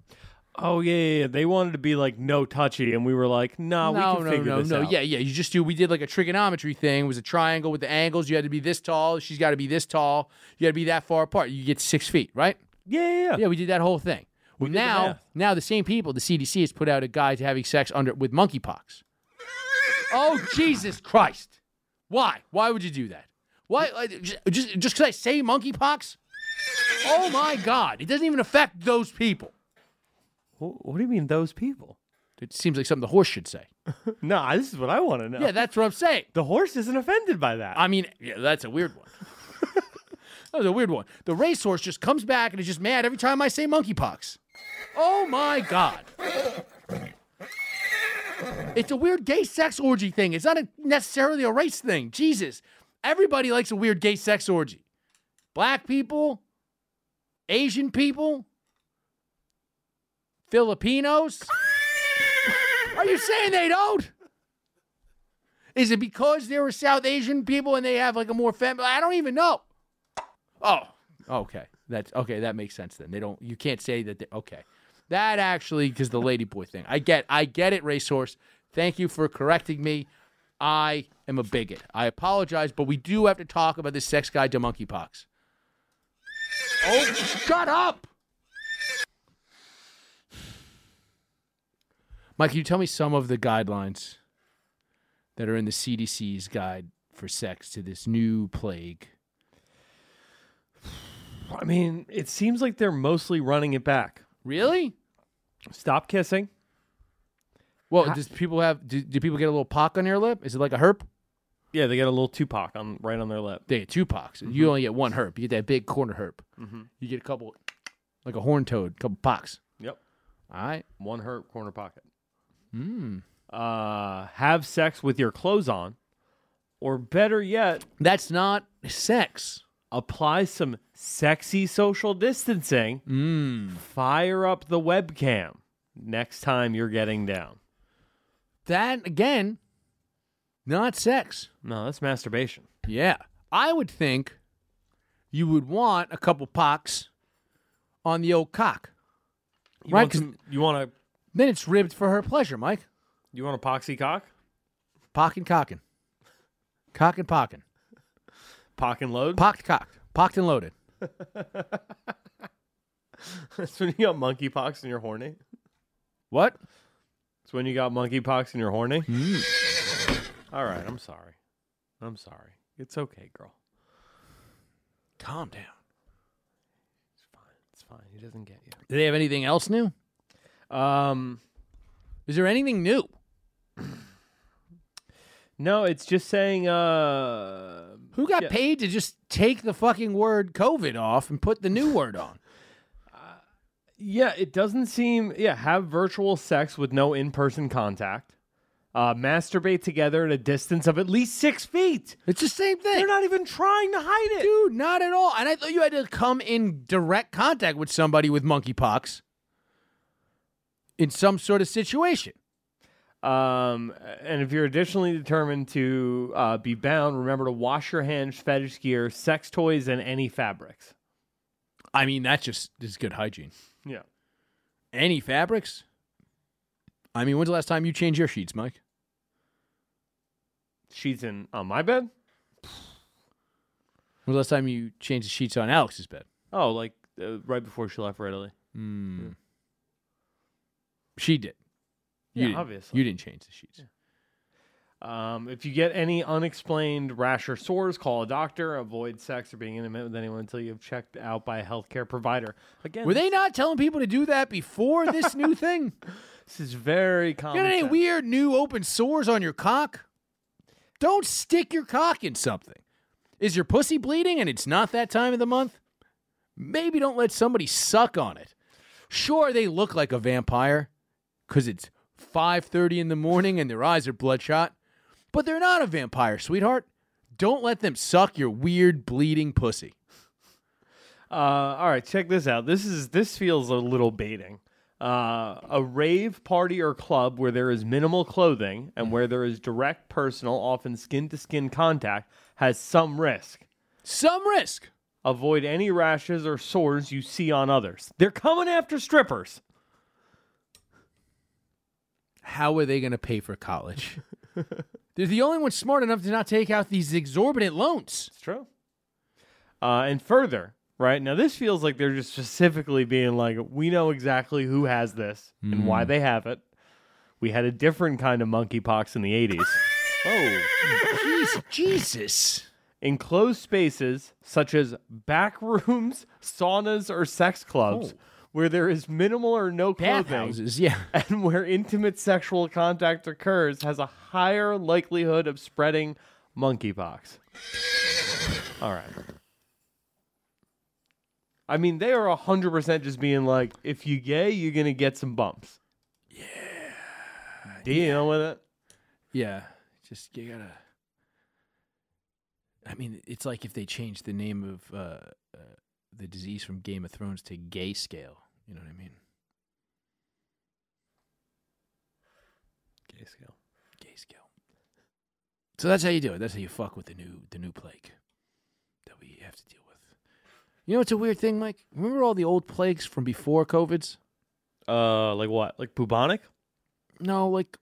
Oh, yeah, yeah, yeah. They wanted to be like no touchy, and we were like, nah, Uh, we
no,
can
no,
figure
no,
this
no.
out.
Yeah, yeah. You just do. We did like a trigonometry thing. It was a triangle with the angles. You had to be this tall. She's got to be this tall. You got to be that far apart. You get six feet, right?
yeah, yeah, yeah.
Yeah, we did that whole thing. Well,
the
now,
math.
now the same people, the CDC has put out a guide to having sex under with monkeypox. oh Jesus Christ! Why? Why would you do that? Why? I- Just just because I say monkeypox? Oh my God! It doesn't even affect those people.
Wh- What do you mean those people?
It seems like something the horse should say.
No, nah, this is what I want to know.
Yeah, that's what I'm saying.
the horse isn't offended by that.
I mean, yeah, that's a weird one. that was a weird one. The racehorse just comes back and is just mad every time I say monkeypox. Oh my god. It's a weird gay sex orgy thing. It's not a, necessarily a race thing. Jesus. Everybody likes a weird gay sex orgy. Black people, Asian people, Filipinos. Are you saying they don't? Is it because they were South Asian people and they have like a more fem? I don't even know. Oh, okay. That's okay. That makes sense then. They don't. You can't say that. They, okay, that actually because the lady boy thing. I get. I get it. Racehorse. Thank you for correcting me. I am a bigot. I apologize, but we do have to talk about this sex guy to monkeypox. Oh, shut up! Mike, can you tell me some of the guidelines that are in the CDC's guide for sex to this new plague?
I mean, it seems like they're mostly running it back.
Really?
Stop kissing.
Well, does people have? Do, do people get a little pock on their lip? Is it like a herp?
Yeah, they got a little Tupac on right on their lip.
They get two pocks. You only get one herp. You get that big corner herp. You get a couple, like a horn toad, couple pocks.
Yep.
All right.
One hurt corner pocket.
Hmm.
Uh, have sex with your clothes on, or better yet,
That's not sex.
apply some sexy social distancing. Mm. Fire up the webcam next time you're getting down.
That again, not sex.
No, that's masturbation.
Yeah. I would think you would want a couple pocks on the old cock.
You
Right,
want
'cause-
some- you want a
Then it's ribbed for her pleasure, Mike.
you want a poxy cock,
Pockin' cockin'. Cockin' pockin'.
pock and load.
Pocked cocked. Pocked and loaded.
That's when you got monkeypox and you're horny.
What?
It's when you got monkeypox and you're horny. All right, I'm sorry. I'm sorry. It's okay, girl.
Calm down.
It's fine. It's fine. He doesn't get you.
Do they have anything else new?
Um,
Is there anything new?
no, it's just saying. Uh,
Who got
Yeah.
paid to just take the fucking word COVID off and put the new word on?
yeah, it doesn't seem. Yeah, have virtual sex with no in-person contact. Uh, masturbate together at a distance of at least six feet.
It's the same thing.
They're not even trying to hide it.
Dude, not at all. And I thought you had to come in direct contact with somebody with monkeypox in some sort of situation.
Um, and if you're additionally determined to uh, be bound, remember to wash your hands, fetish gear, sex toys, and any fabrics.
I mean, that's just is good hygiene.
Yeah.
Any fabrics? I mean, when's the last time you changed your sheets, Mike?
Sheets in on my bed?
When's the last time you changed the sheets on Alex's bed?
Oh, like uh, right before she left for Italy.
She did. You
Yeah,
didn't.
obviously.
You didn't change the sheets.
Um, if you get any unexplained rash or sores, call a doctor. Avoid sex or being intimate with anyone until you've checked out by a healthcare provider. Again,
Were they not telling people to do that before this new thing?
this is very
You
common.
got any
sense.
weird new open sores on your cock? Don't stick your cock in something. Is your pussy bleeding and it's not that time of the month? Maybe don't let somebody suck on it. Sure, they look like a vampire because it's 5.30 in the morning and their eyes are bloodshot, but they're not a vampire, sweetheart. Don't let them suck your weird bleeding pussy.
Uh, all right, check this out. This is this feels a little baiting. Uh, a rave party or club where there is minimal clothing and where there is direct personal, often skin to skin contact, has some risk.
Some risk.
Avoid any rashes or sores you see on others. They're coming after strippers.
how are they going to pay for college? They're the only ones smart enough to not take out these exorbitant loans.
It's true. Uh, and further, right now, this feels like they're just specifically being like, we know exactly who has this and why they have it. We had a different kind of monkeypox in the 80s. oh.
Jeez, Jesus.
enclosed spaces such as back rooms, saunas, or sex clubs where there is minimal or no clothing
Bathhouses, yeah.
and where intimate sexual contact occurs has a higher likelihood of spreading monkeypox. All right. I mean, they are 100% just being like, if you gay, you're going to get some bumps. Yeah. Deal with it.
Yeah. Just, you gotta. I mean, it's like if they changed the name of uh, uh, the disease from Game of Thrones to gay scale. You know what I mean?
Gay scale.
Gay scale. So that's how you do it. That's how you fuck with the new the new plague that we have to deal with. You know, it's a weird thing, Mike. Remember all the old plagues from before COVID's?
Uh, like what? Like bubonic?
No, like,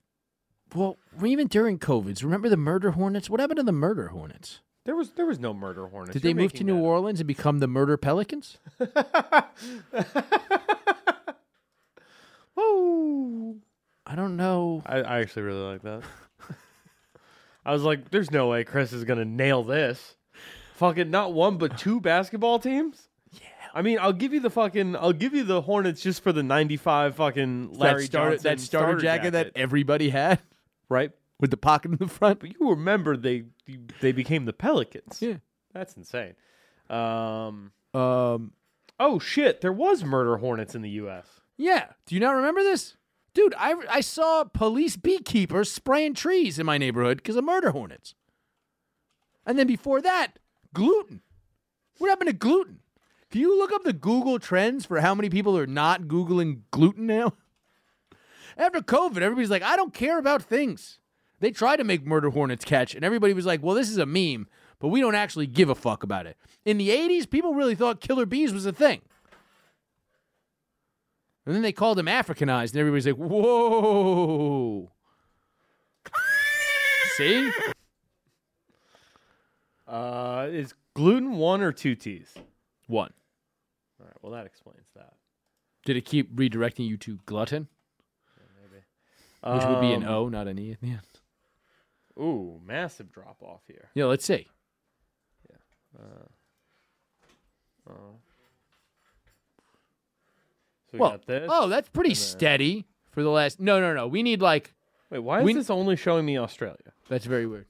well, even during COVID's, remember the murder hornets? What happened to the murder hornets?
There was there was no murder hornets.
Did they
You're
move to
making
New
that up.
Orleans and become the murder pelicans?
Woo.
I don't know.
I, I actually really like that. I was like, there's no way Chris is gonna nail this. Fucking not one but two basketball teams? I mean, I'll give you the fucking, I'll give you the Hornets just for the '95 fucking
That
Larry
starter,
Johnson
that starter jacket, that everybody had
right?
with the pocket in the front.
But you remember they they became the Pelicans.
Yeah.
that's insane. Um,
Um,
oh shit, there was murder hornets in the U.S.
yeah. Do you not remember this? Dude, I, I saw police beekeepers spraying trees in my neighborhood because of murder hornets. And then before that, gluten. What happened to gluten? Can you look up the Google trends for how many people are not Googling gluten now? After COVID, everybody's like, I don't care about things. They tried to make murder hornets catch, and everybody was like, well, this is a meme, but we don't actually give a fuck about it. In the 80s, people really thought killer bees was a thing. And then they called him Africanized, and everybody's like, whoa. See?
Uh, is gluten one or two T's?
One.
All right, well that explains that.
Did it keep redirecting you to glutton? Which would be an O, not an E at the end.
Ooh, massive drop off here.
Yeah, let's see.
So we
Well,
got this.
oh, that's pretty steady for the last. No, no, no. We need like.
Wait, why is
we-
this only showing me Australia?
That's very weird.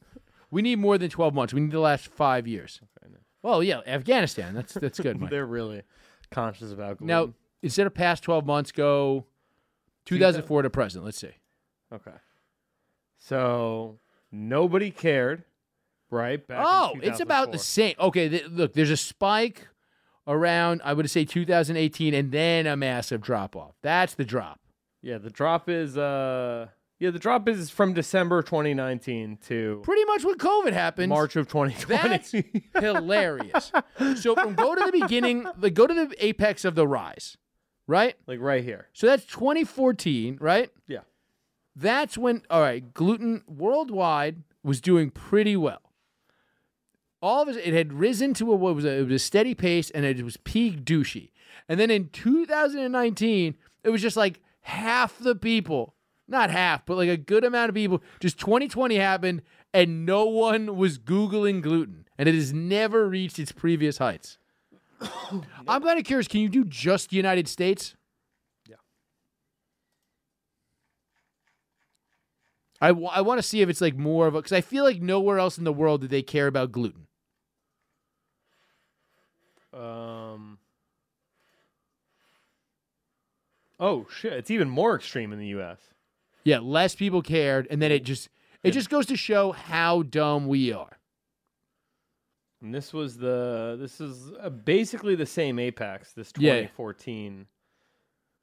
We need more than 12 months. We need the last five years. Well, yeah, Afghanistan. That's that's good. Mike.
They're really conscious about gluten.
Oh now, instead of past 12 months, go 2004 to present. Let's see.
Okay. So nobody cared, right? Back in
oh, it's about the
2004.
same. Okay, th- look, there's a spike around, I would say 2018, and then a massive drop off. That's the drop.
Yeah, the drop is uh yeah, the drop is from December 2019 to
Pretty much when COVID happened.
March of
That's
2020.
hilarious. So from go to the beginning, like go to the apex of the rise, right?
like right here.
So that's 2014, right?
Yeah.
That's when all right, gluten worldwide was doing pretty well. All of it, it had risen to a what was a, it was a steady pace, and it was peak douchey. And then in 2019, it was just like half the people, not half, but like a good amount of people. Just 2020 happened, and no one was googling gluten, and it has never reached its previous heights. I'm kind of curious. Can you do just the United States? I want to see if it's like more of a because I feel like nowhere else in the world did they care about gluten.
Um Oh shit, it's even more extreme in the US.
Yeah, less people cared, and then it just it just goes to show how dumb we are.
And this was the this is uh, basically the same apex this
Yeah.
2014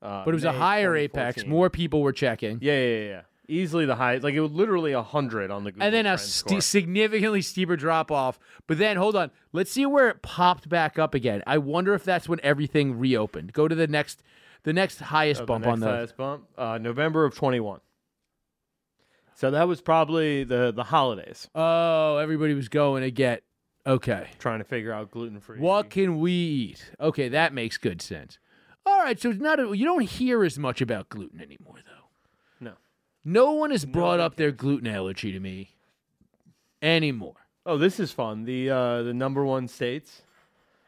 uh
But it was a
May
higher apex,
2014.
more people were checking,
Yeah, yeah, yeah, yeah. Easily the highest. Like it was literally a hundred on the Google
and then a
Trends
sti-
score.
significantly steeper drop off. But then hold on, let's see where it popped back up again. I wonder if that's when everything reopened. Go to the next the next highest
Oh,
bump
next
on the
highest bump. Uh, November of twenty one. So that was probably the the holidays
oh everybody was going to get okay.
trying to figure out gluten free.
What can we eat? Okay, that makes good sense. All right, so it's not a, you don't hear as much about gluten anymore, though.
No.
No one has brought up their gluten allergy to me anymore.
Oh, this is fun. The uh, the number one states: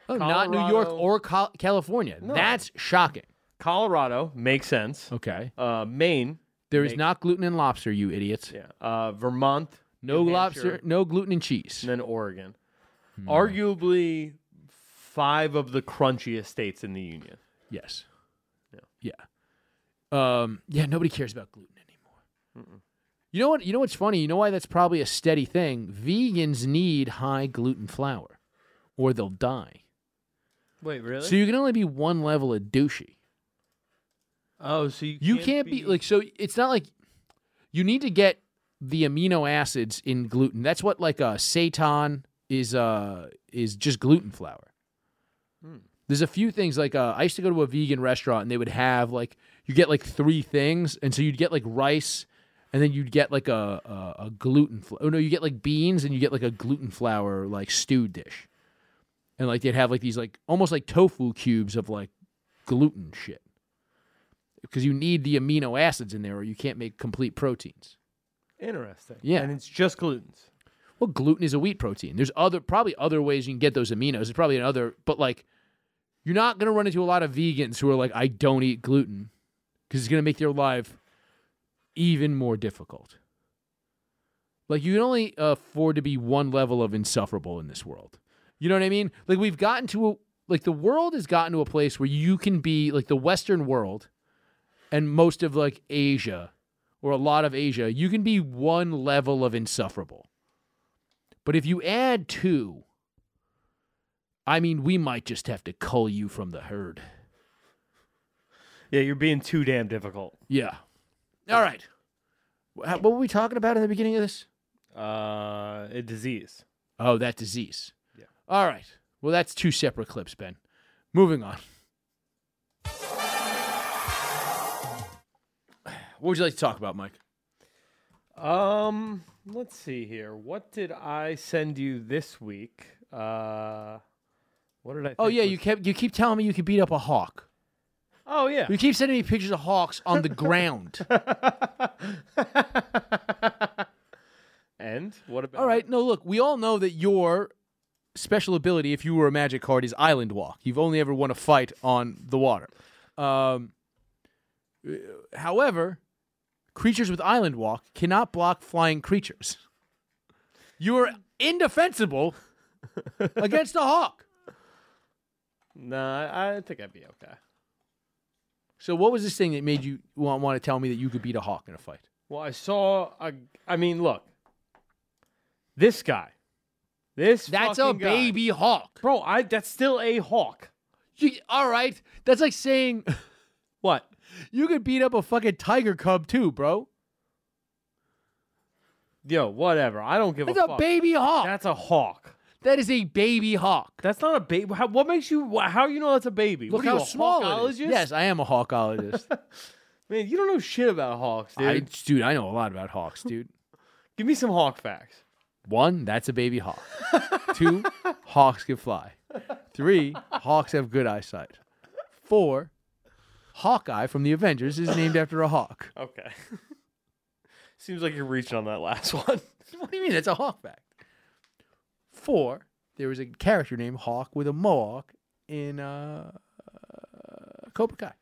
Oh, not New York
Colorado.
or Col- California. That's shocking.
Colorado makes sense.
Okay.
Uh, Maine,
There is not gluten in lobster, you idiots.
yeah. Uh, Vermont,
No
New
lobster,
Hampshire,
no gluten in cheese.
and then Oregon.
Hmm.
Arguably, five of the crunchiest states in the union.
Yes. Yeah. Um, yeah, nobody cares about gluten anymore. You know what? You know what's funny? You know why that's probably a steady thing? Vegans need high gluten flour or they'll die.
Wait, really?
So you can only be one level of douchey.
oh, so you
You can't, be, like so it's not like you need to get the amino acids in gluten. That's what like uh seitan is uh is just gluten flour. There's a few things like uh, I used to go to a vegan restaurant and they would have like you get like three things and so you'd get like rice and then you'd get like a a, a gluten fl- oh no you get like beans and you get like a gluten flour like stew dish and like they'd have like these like almost like tofu cubes of like gluten shit because you need the amino acids in there or you can't make complete proteins.
Interesting.
Yeah.
And it's just glutens.
Well, gluten is a wheat protein. There's other probably other ways you can get those aminos. There's probably another, but like You're not going to run into a lot of vegans who are like, I don't eat gluten because it's going to make their life even more difficult. Like, you can only afford to be one level of insufferable in this world. You know what I mean? Like, we've gotten to a, like, the world has gotten to a place where you can be, like, the Western world and most of, like, Asia or a lot of Asia, you can be one level of insufferable. But if you add two, I mean, we might just have to cull you from the herd.
Yeah, you're being too damn difficult.
Yeah. All right. Wha- What were we talking about in the beginning of this?
Uh, a disease.
Oh, that disease.
Yeah.
All right. Well, that's two separate clips, Ben. Moving on. What would you like to talk about, Mike?
Um, let's see here. What did I send you this week? Uh, what did I?
Oh
think
yeah,
was-
you kept you keep telling me you could beat up a hawk.
Oh yeah.
You keep sending me pictures of hawks on the ground.
and what about?
All right. No, look, we all know that your special ability, if you were a magic card, is Island Walk. You've only ever won a fight on the water. Um, uh, however, creatures with Island Walk cannot block flying creatures. You are indefensible against a hawk.
Nah, I I think I'd be okay.
So, what was this thing that made you want, want to tell me that you could beat a hawk in a fight?
Well, I saw. A, I mean, look. This guy. This.
That's a
fucking guy.
baby hawk.
bro. I. That's still a hawk.
You- all right. That's like saying.
What?
You could beat up a fucking tiger cub too, bro.
Yo, whatever. I don't give
That's
a
a
fuck.
baby hawk.
That's a hawk.
that is a baby hawk.
That's not a baby. How, what makes you? wh- How you know that's a baby?
Look
what are
how
you, a
small it is.
hawkologist?
Yes, I am a hawkologist.
man, you don't know shit about hawks, dude.
I, dude, I know a lot about hawks, dude.
Give me some hawk facts.
One, that's a baby hawk. Two, hawks can fly. Three, hawks have good eyesight. Four, Hawkeye from the Avengers is named after a hawk.
Okay. Seems like you're reaching on that last one.
What do you mean? That's a hawk fact. Four, there was a character named Hawk with a mohawk in uh, uh, Cobra Kai.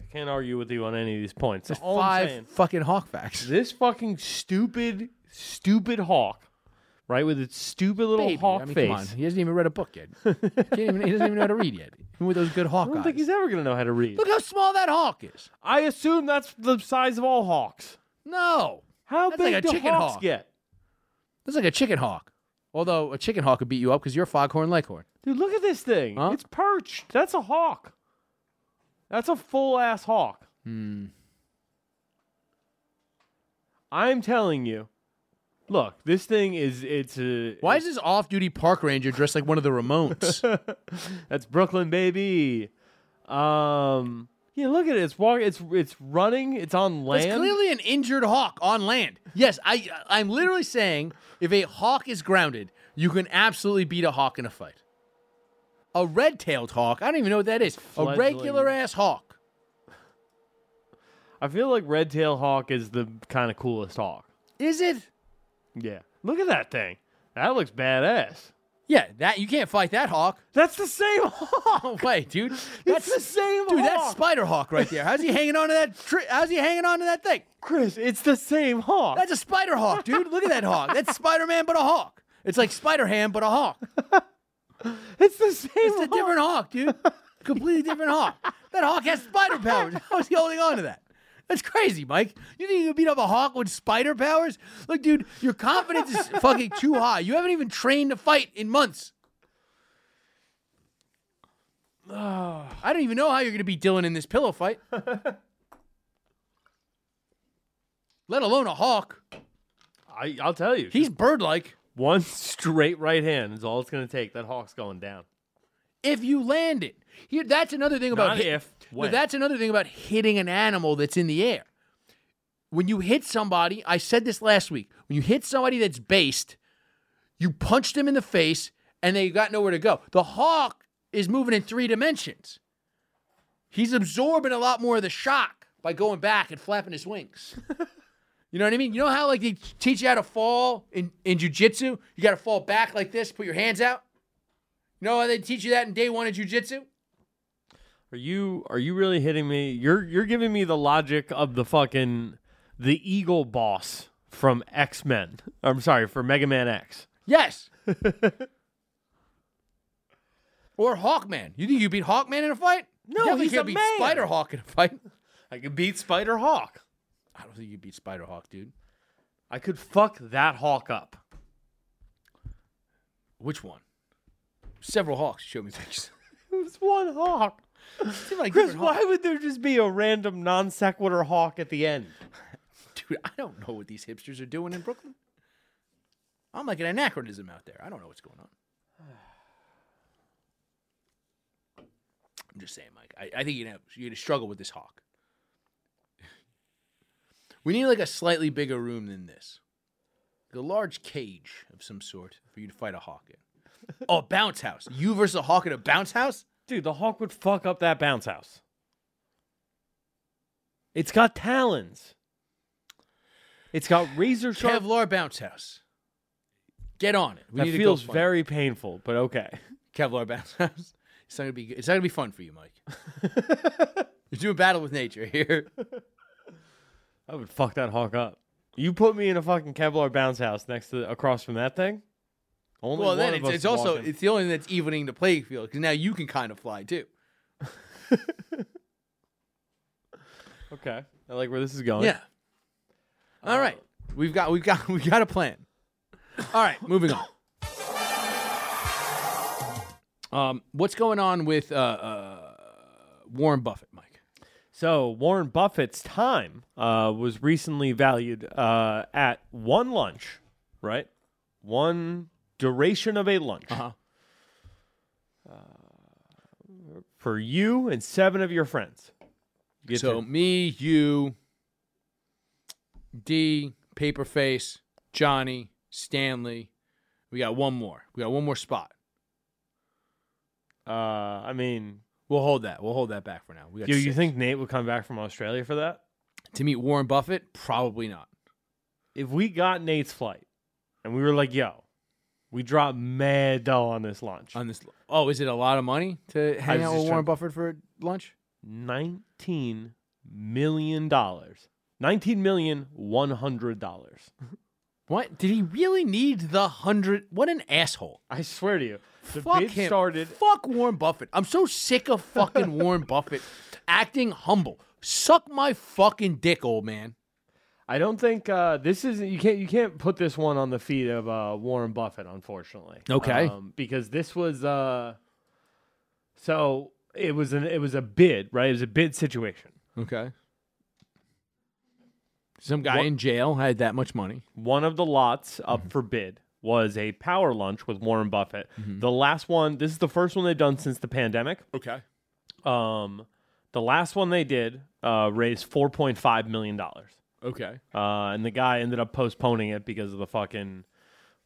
I can't argue with you on any of these points.
That's
All I'm saying,
five fucking hawk facts.
this fucking stupid, stupid hawk, right, with its stupid little
Baby,
hawk
I mean,
face.
Come on. He hasn't even read a book yet. He Can't even, he doesn't even know how to read yet. Even with those good hawk
I don't
eyes.
think he's ever gonna know how to read.
Look how small that hawk is.
I assume that's the size of all hawks.
No,
How
That's
big
like a
do
chicken
hawks
hawk.
get?
that's like a chicken hawk. Although a chicken hawk could beat you up because you're a foghorn leghorn.
Dude, look at this thing.
Huh?
It's perched. That's a hawk. That's a full ass hawk.
Hmm.
I'm telling you. Look, this thing is it's a
Why is this off-duty park ranger dressed like one of the Ramones?
that's Brooklyn baby. Um yeah, look at it. It's walking. It's it's running. It's on land.
it's clearly an injured hawk on land. Yes, I I'm literally saying if a hawk is grounded, you can absolutely beat a hawk in a fight. A red-tailed hawk. I don't even know what that is. A
Fledgling.
regular ass hawk.
I feel like red tail hawk is the kind of coolest hawk.
Is it?
Yeah. Look at that thing. That looks badass.
Yeah, that you can't fight that hawk.
That's the same hawk.
No way, dude.
That's the same
Dude,
hawk.
that's Spider Hawk right there. How's he hanging on to that? Tri- How's he hanging on to that thing?
Chris, it's the same hawk.
That's a Spider Hawk, dude. Look at that hawk. That's Spider Man, but a hawk. It's like Spider Ham, but a hawk.
it's the same
It's a
hawk.
different hawk, dude. Completely different hawk. That hawk has spider powers. How is he holding on to that? That's crazy, Mike. You think you can beat up a hawk with spider powers? Look, dude, your confidence is fucking too high. You haven't even trained to fight in months. I don't even know how you're going to beat Dylan in this pillow fight. Let alone a hawk.
I, I'll tell you.
He's bird like.
one straight right hand is all it's going to take. That hawk's going down.
if you land it. Here, that's another thing about
Not
hit-
if,
No,
when.
that's another thing about hitting an animal that's in the air. When you hit somebody, I said this last week. When you hit somebody that's based, you punch them in the face, and they got nowhere to go. The hawk is moving in three dimensions. He's absorbing a lot more of the shock by going back and flapping his wings. You know what I mean? You know how like they teach you how to fall in in jujitsu? You got to fall back like this, put your hands out. know how they teach you that in day one of jujitsu?
Are you are you really hitting me? You're you're giving me the logic of the fucking the Eagle boss from X Men. I'm sorry for Mega Man X.
Yes. or Hawkman. You think you beat Hawkman in a fight?
No,
Definitely
he's
can't
a
beat
man.
Spider Hawk in a fight.
I could beat Spider Hawk.
I don't think you beat Spider Hawk, dude.
I could fuck that hawk up.
Which one? Several hawks. Show me pictures.
It was one hawk.
Seemed like
Chris,
different hawks.
why would there just be a random non sequitur hawk at the end?
Dude, I don't know what these hipsters are doing in Brooklyn. I'm like an anachronism out there. I don't know what's going on. I'm just saying, Mike. I, I think you're gonna, have- you're gonna struggle with this hawk. We need like a slightly bigger room than this, like a large cage of some sort for you to fight a hawk in. Oh, a bounce house. You versus a hawk in a bounce house?
Dude, the hawk would fuck up that bounce house. It's got talons. It's got razor sharp.
Kevlar bounce house. Get on it. We
that
need to go
feels
find-
very painful, but okay.
Kevlar bounce house. It's not gonna be. It's not gonna be fun for you, Mike. You're doing battle with nature here.
I would fuck that hawk up. You put me in a fucking Kevlar bounce house next to across from that thing. Only
well,
one
then
of
it's,
us
it's
is
also
walking.
it's the only thing that's evening the playing field because now you can kind of fly too.
okay. I like where this is going.
Yeah. All right.
Uh,
We've got we've got we've got a plan. All right, moving on. Um, what's going on with uh, uh, Warren Buffett, Mike?
So Warren Buffett's time uh, was recently valued uh, at one lunch, right? One duration of a lunch.
Uh-huh.
Uh, for you and seven of your friends. You get
so
to-
me, you, D, Paperface, Johnny, Stanley. We got one more. We got one more spot.
uh, I mean,
We'll hold that. We'll hold that back for now. We got
do you
six.
think Nate would come back from Australia for that?
to meet Warren Buffett? Probably not.
If we got Nate's flight and we were like, yo, we dropped mad dough on this lunch.
On this, oh, is it a lot of money to hang out with
was just trying-
Warren Buffett for lunch?
19 million dollars 19 million 100 dollars
What did he really need the hundred? What an asshole!
i swear to you the
Fuck
bid
him.
started
Fuck Warren Buffett. I'm so sick of fucking Warren Buffett acting humble. Suck my fucking dick, old man.
i don't think uh, this isn't you can't you can't put this one on the feet of uh, warren buffett unfortunately
Okay.
um, because this was uh so it was an it was a bid right it was a bid situation
Okay. Some guy
What-
in jail had that much money.
one of the lots up
Mm-hmm.
for bid was a power lunch with warren buffett
Mm-hmm.
the last one this is the first one they've done since the pandemic
Okay.
Um, the last one they did uh, raised four point five million dollars,
Okay.
uh, and the guy ended up postponing it because of the fucking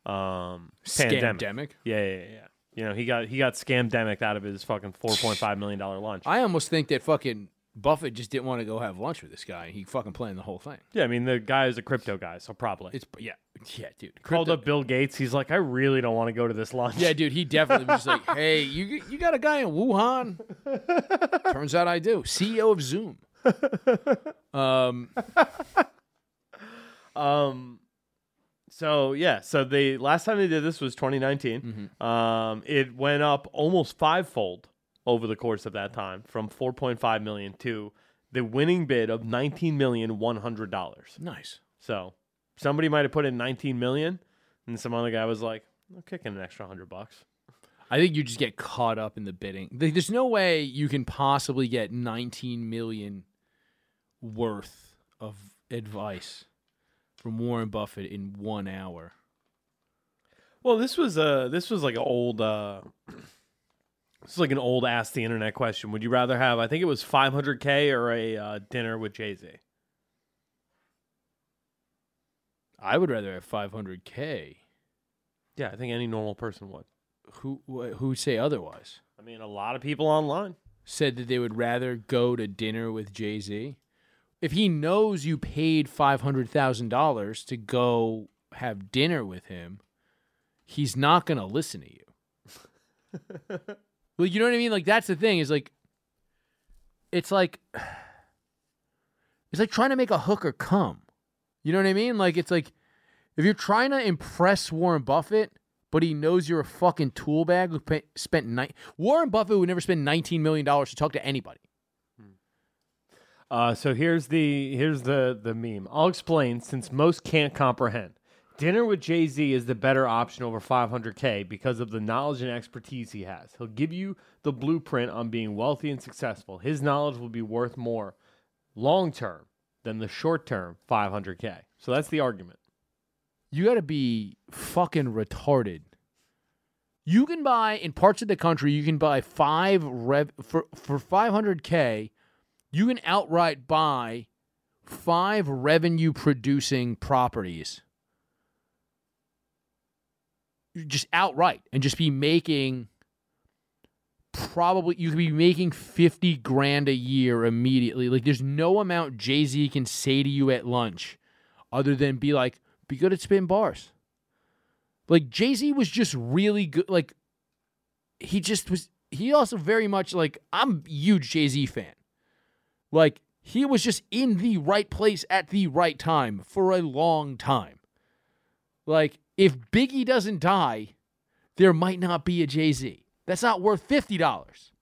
um, pandemic.
Scamdemic.
Yeah, yeah, yeah, yeah. You know, he got he got scamdemic out of his fucking four point five million dollar lunch.
I almost think that fucking Buffett just didn't want to go have lunch with this guy. He fucking planned the whole thing.
yeah, I mean the guy is a crypto guy, so probably
It's yeah, yeah, dude.
called
Crypto-
up Bill Gates. He's like, I really don't want to go to this lunch.
Yeah, dude. He definitely was like, "Hey, you you got a guy in Wuhan?" Turns out I do. CEO of Zoom. Um,
Um. So yeah, so the last time they did this was 2019. Um, it went up almost fivefold over the course of that time, from 4.5 million to the winning bid of 19 million 100 dollars.
nice.
So somebody might have put in 19 million, and some other guy was like, "I'm kicking an extra hundred bucks."
I think you just get caught up in the bidding. There- There's no way you can possibly get 19 million worth of advice from Warren Buffett in one hour.
Well, this was uh this was like an old uh this is like an old ask the internet question. Would you rather have I think it was 500k or a uh, dinner with Jay Z?
I would rather have 500k.
Yeah, I think any normal person would.
Who wh- who would say otherwise?
I mean, a lot of people online.
Said that they would rather go to dinner with Jay Z. If he knows you paid five hundred thousand dollars to go have dinner with him, he's not gonna listen to you. Well, you know what I mean? Like that's the thing is like it's like it's like trying to make a hooker come. You know what I mean? Like it's like if you're trying to impress Warren Buffett, but he knows you're a fucking tool bag who pa- spent nine Warren Buffett would never spend 19 million dollars to talk to anybody.
Uh, so here's the here's the the meme. I'll explain since most can't comprehend. Dinner with Jay Z is the better option over 500k because of the knowledge and expertise he has. He'll give you the blueprint on being wealthy and successful. His knowledge will be worth more long term than the short term 500k. So that's the argument.
You got to be fucking retarded. You can buy in parts of the country, you can buy 5 rev for for 500k, you can outright buy 5 revenue producing properties. Just outright and just be making probably you could be making 50 grand a year immediately. Like there's no amount Jay-Z can say to you at lunch other than be like, be good at spin bars. Like Jay-Z was just really good. Like he just was he also very much like I'm a huge Jay-Z fan. Like he was just in the right place at the right time for a long time. Like if Biggie doesn't die, there might not be a Jay-Z. That's not worth fifty dollars.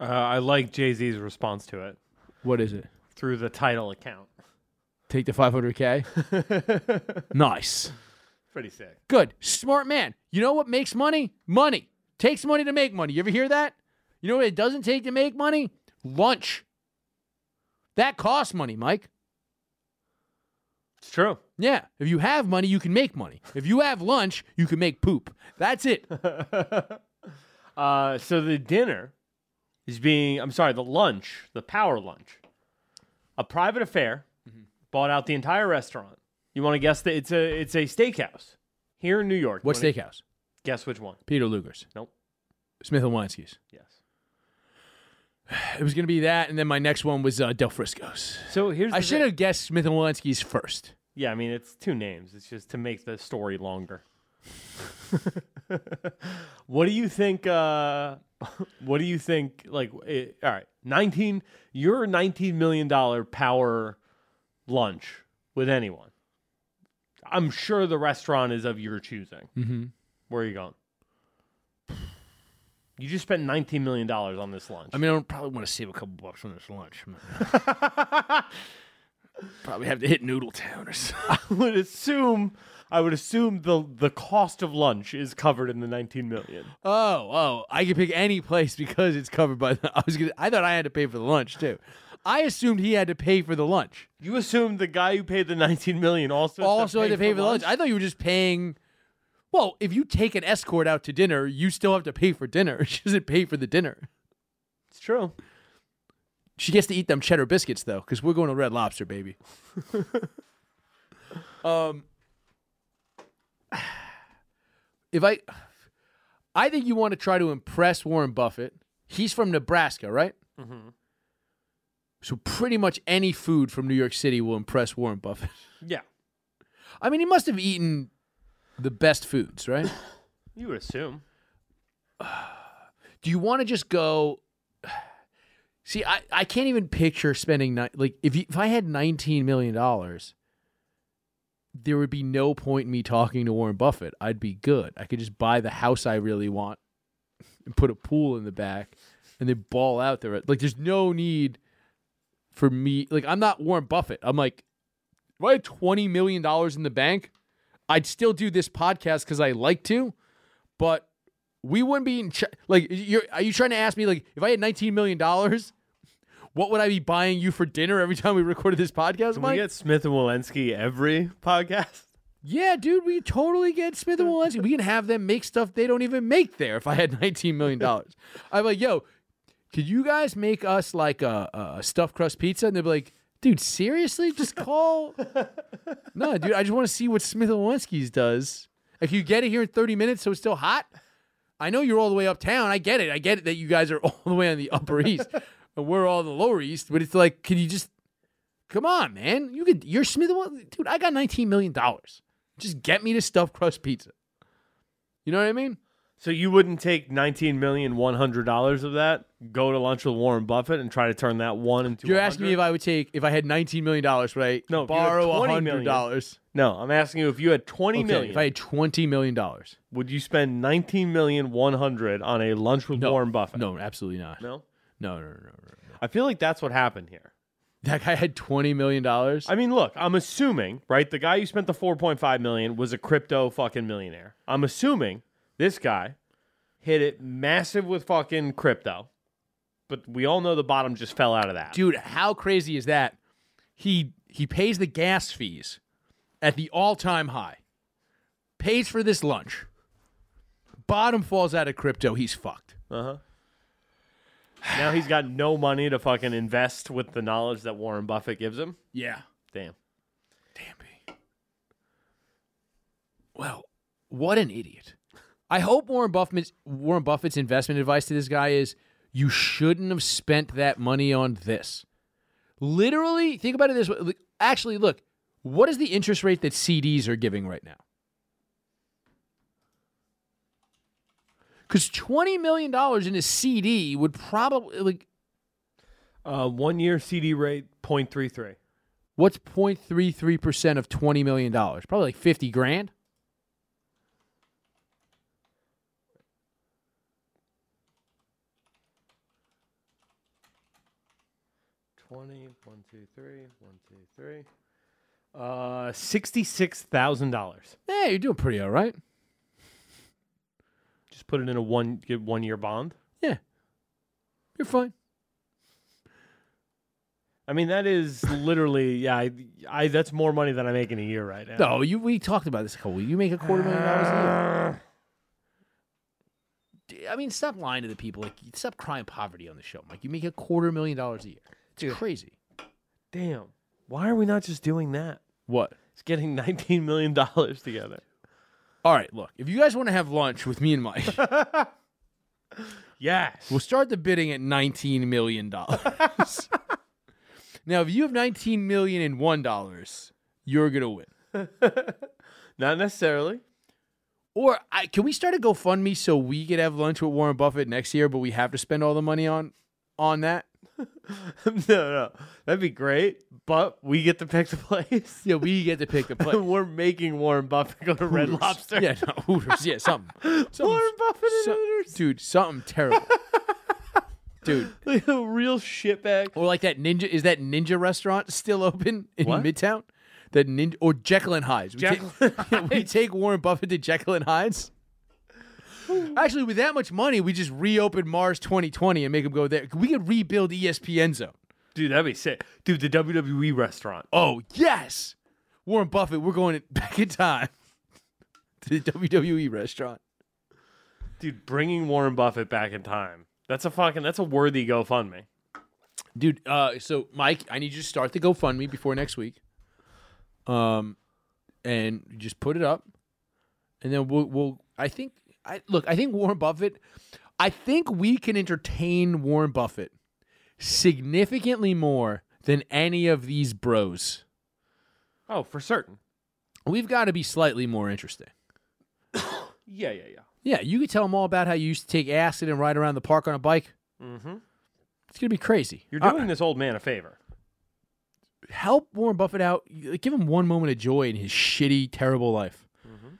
Uh, I like Jay Z's response to it
What is it?
through the title account.
Take the 500k. nice.
Pretty sick.
Good. Smart man. You know what makes money? Money. Takes money to make money. You ever hear that? You know what it doesn't take to make money? Lunch. That costs money, Mike.
It's true.
Yeah. If you have money, you can make money. If you have lunch, you can make poop. That's it.
Uh, so the dinner is being, I'm sorry, the lunch, the power lunch, a private affair,
Mm-hmm.
bought out the entire restaurant. You want to guess that it's a it's a steakhouse here in New York.
What
You wanna
steakhouse?
Guess which one?
Peter Luger's.
Nope.
Smith and Weinskey's.
Yes.
It was gonna be that, and then my next one was uh, Del Frisco's.
So here's
I
the
should
thing.
have guessed Smith and Weinskey's first.
Yeah, I mean it's two names. It's just to make the story longer. what do you think? Uh, what do you think? Like, eh, all right, nineteen. Your nineteen million dollar power lunch with anyone. I'm sure the restaurant is of your choosing. Mm-hmm. Where are you going? You just spent nineteen million dollars on this lunch.
I mean, I don't probably want to save a couple bucks on this lunch. probably have to hit Noodle Town or something.
would assume I would assume the the cost of lunch is covered in the 19 million.
Oh, oh, I could pick any place because it's covered by the. I was gonna, I thought I had to pay for the lunch too. I assumed he had to pay for the lunch.
You assume the guy who paid the 19 million also
also had
had
to pay for the lunch. I thought you were just paying. Well, if you take an escort out to dinner, you still have to pay for dinner. She doesn't pay for the dinner.
It's true.
She gets to eat them cheddar biscuits though, because we're going to Red Lobster, baby. um, if I, I think you want to try to impress Warren Buffett. He's from Nebraska, right? Mm-hmm. So pretty much any food from New York City will impress Warren Buffett.
Yeah,
I mean, he must have eaten the best foods, right?
you would assume.
do you want to just go see I, I can't even picture spending ni- like if you, if i had 19 million dollars there would be no point in me talking to warren buffett i'd be good i could just buy the house i really want and put a pool in the back and then ball out there like there's no need for me like i'm not warren buffett i'm like if i had 20 million dollars in the bank i'd still do this podcast because i like to but we wouldn't be in ch- like you're are you trying to ask me like if i had 19 million dollars what would i be buying you for dinner every time we recorded this podcast
Can
Mike?
we get Smith and Walensky every podcast?
yeah dude we totally get smith and Wollensky. we can have them make stuff they don't even make there if i had 19 million dollars i'm like yo could you guys make us like a, a stuffed crust pizza and they'd be like dude seriously just call no dude i just want to see what smith and Wollensky's does like you get it here in 30 minutes so it's still hot I know you're all the way uptown. I get it. I get it that you guys are all the way on the upper east and we're all the lower east. But it's like, can you just come on, man? You could. You're Smith. and Wel- Dude, I got 19 million dollars. Just get me to stuffed crust pizza. You know what I mean?
So you wouldn't take nineteen million one hundred dollars of that, go to lunch with Warren Buffett, and try to turn that one into.
You're asking me
100?
if I would take if I had nineteen million dollars, right?
No, if you had
borrow
$20
hundred dollars.
No, I'm asking you if you had twenty
Okay,
million,
if I had twenty million dollars,
would you spend nineteen million one hundred on a lunch with
no,
Warren Buffett?
No, absolutely not.
no.
No, no, no, no, no, no.
I feel like that's what happened here.
That guy had twenty million dollars.
I mean, look, I'm assuming, right? The guy who spent the 4.5 million was a crypto fucking millionaire. I'm assuming this guy hit it massive with fucking crypto. But we all know the bottom just fell out of that.
Dude, how crazy is that? He he pays the gas fees at the all-time high. Pays for this lunch. Bottom falls out of crypto, he's fucked.
Uh-huh. Now he's got no money to fucking invest with the knowledge that Warren Buffett gives him.
Yeah.
Damn.
Damn me. Well, what an idiot. I hope Warren Buffett's Warren Buffett's investment advice to this guy is you shouldn't have spent that money on this. Literally, think about it this way. Like, Actually, look, what is the interest rate that CDs are giving right now? Because $20 million in a CD would probably, like,
Uh, one year CD rate 0.33.
what's 0.33% of $20 million? Probably like 50 grand.
Twenty, one, two, three, one, two, three. Uh, sixty-six thousand dollars.
Hey, you're doing pretty all right.
Just put it in a one get one year bond.
Yeah. You're fine.
I mean, that is literally yeah. I, I that's more money than I make in a year right now.
No, you we talked about this a couple weeks. You make a quarter million dollars a year. I mean, stop lying to the people. Like stop crying poverty on the show, Mike. You make a quarter million dollars a year. It's crazy.
Damn. Why are we not just doing that?
What?
It's getting nineteen million dollars together.
All right, look. If you guys want to have lunch with me and Mike,
Yes.
we'll start the bidding at nineteen million dollars. now, if you have nineteen million and one dollars, you're gonna win.
Not necessarily.
Or I, can we start a GoFundMe so we could have lunch with Warren Buffett next year, but we have to spend all the money on on that?
no, no. That'd be great, but we get to pick the place.
Yeah, we get to pick the play.
We're making Warren Buffett go to Red
Hooters.
Lobster.
Yeah, no, Hooters. Yeah, something. something
Warren Buffett and
so-
Hooters.
Dude, something terrible. dude,
Like a real shitbag.
or like that ninja. Is that ninja restaurant still open in
What?
Midtown? That ninja or Jekyll and Hyde's. We
Jekyll
take, yeah, we take Warren Buffett to Jekyll and Hyde's. Actually, with that much money, we just reopen Mars 2020 and make him go there. We could rebuild E ESPN Zone.
Dude, that'd be sick. Dude, the WWE restaurant.
Oh yes, Warren Buffett. We're going back in time to the WWE restaurant.
Dude, bringing Warren Buffett back in time. That's a fucking, that's a worthy GoFundMe.
dude. Uh, so Mike, I need you to start the GoFundMe before next week. Um, and just put it up, and then we'll. we'll I think. I look. I think Warren Buffett. I think we can entertain Warren Buffett significantly more than any of these bros.
Oh, for certain.
We've got to be slightly more interesting.
Yeah, yeah, yeah.
Yeah, you could tell them all about how you used to take acid and ride around the park on a bike.
Mm-hmm.
It's gonna be crazy.
You're
Uh,
doing this old man a favor.
help Warren Buffett out. Like, Give him one moment of joy in his shitty, terrible life.
Mm-hmm.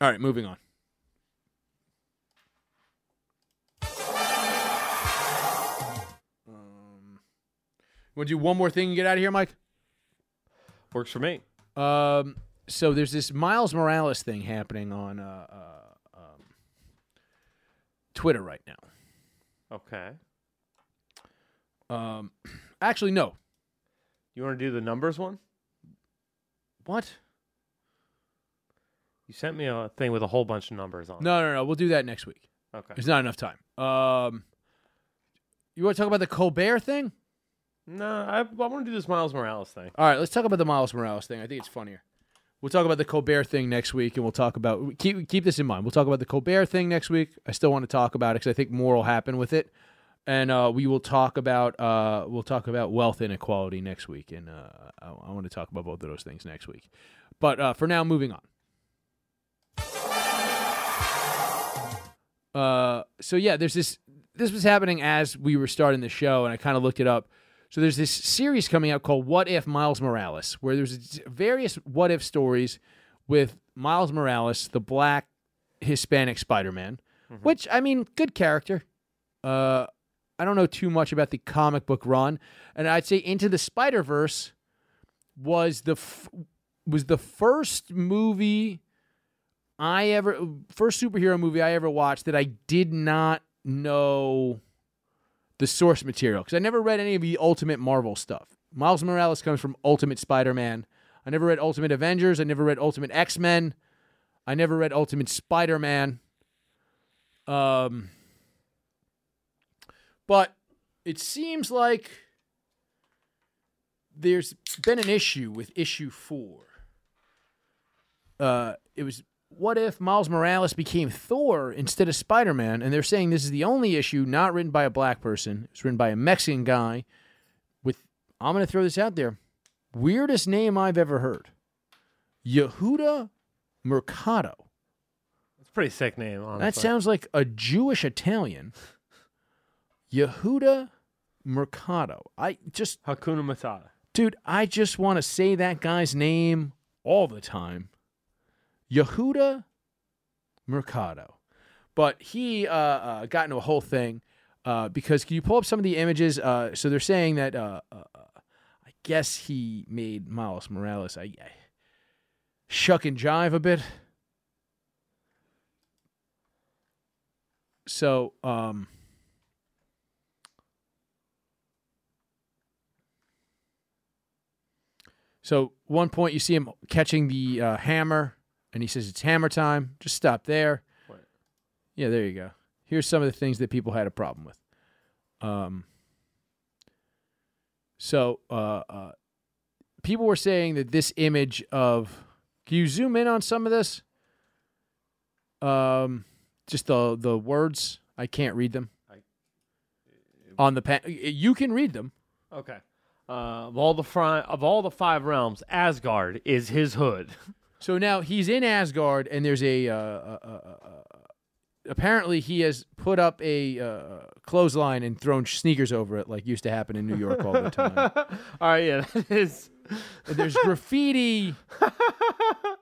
All right, moving on. Um, want to do one more thing and get out of here, Mike?
Works for me.
Um, so there's this Miles Morales thing happening on uh, uh, um, Twitter right now.
Okay.
Um, actually, no.
You want to do the numbers one?
What?
You sent me a thing with a whole bunch of numbers on. it.
No, no, no. We'll do that next week.
Okay.
There's not enough time. Um, you want to talk about the Colbert thing?
No, I, I want to do this Miles Morales thing.
All right, let's talk about the Miles Morales thing. I think it's funnier. We'll talk about the Colbert thing next week, and we'll talk about keep keep this in mind. We'll talk about the Colbert thing next week. I still want to talk about it because I think more will happen with it, and uh, we will talk about uh, we'll talk about wealth inequality next week, and uh, I, I want to talk about both of those things next week. But uh, for now, moving on. Uh, so yeah, there's this. This was happening as we were starting the show, and I kind of looked it up. So there's this series coming out called "What If Miles Morales," where there's various "What If" stories with Miles Morales, the Black Hispanic Spider-Man, which I mean, good character. Uh, I don't know too much about the comic book run, and I'd say Into the Spider Verse was the f- was the first movie I ever first superhero movie I ever watched that I did not know the source material because I never read any of the Ultimate Marvel stuff. Miles Morales comes from Ultimate Spider-Man. I never read Ultimate Avengers. I never read Ultimate X-Men. I never read Ultimate Spider-Man. Um, but it seems like there's been an issue with issue four. Uh, it was what if Miles Morales became Thor instead of Spider Man? And they're saying this is the only issue not written by a black person. It's written by a Mexican guy with, I'm going to throw this out there, weirdest name I've ever heard Yehuda Mercado.
It's a pretty sick name, honestly.
That sounds like a Jewish Italian. Yehuda Mercado. I just,
Hakuna Matata.
dude, I just want to say that guy's name all the time. Yehuda Mercado. But he uh, uh, got into a whole thing uh, because can you pull up some of the images? Uh, so they're saying that uh, uh, uh, I guess he made Miles Morales I, I shuck and jive a bit. So um, So one point you see him catching the uh, hammer, and he says it's hammer time. Just stop there.
What?
Yeah, there you go. Here's some of the things that people had a problem with. Um. So uh, uh, people were saying that this image of can you zoom in on some of this? Um, just the the words I can't read them. on the pa- you can read them.
Okay. Uh, of all the fri- of all the five realms, Asgard is his hood.
So now he's in Asgard, and there's a. Uh, uh, uh, uh, apparently, he has put up a uh, clothesline and thrown sneakers over it, like used to happen in New York all the time.
all right, yeah, that is.
And there's graffiti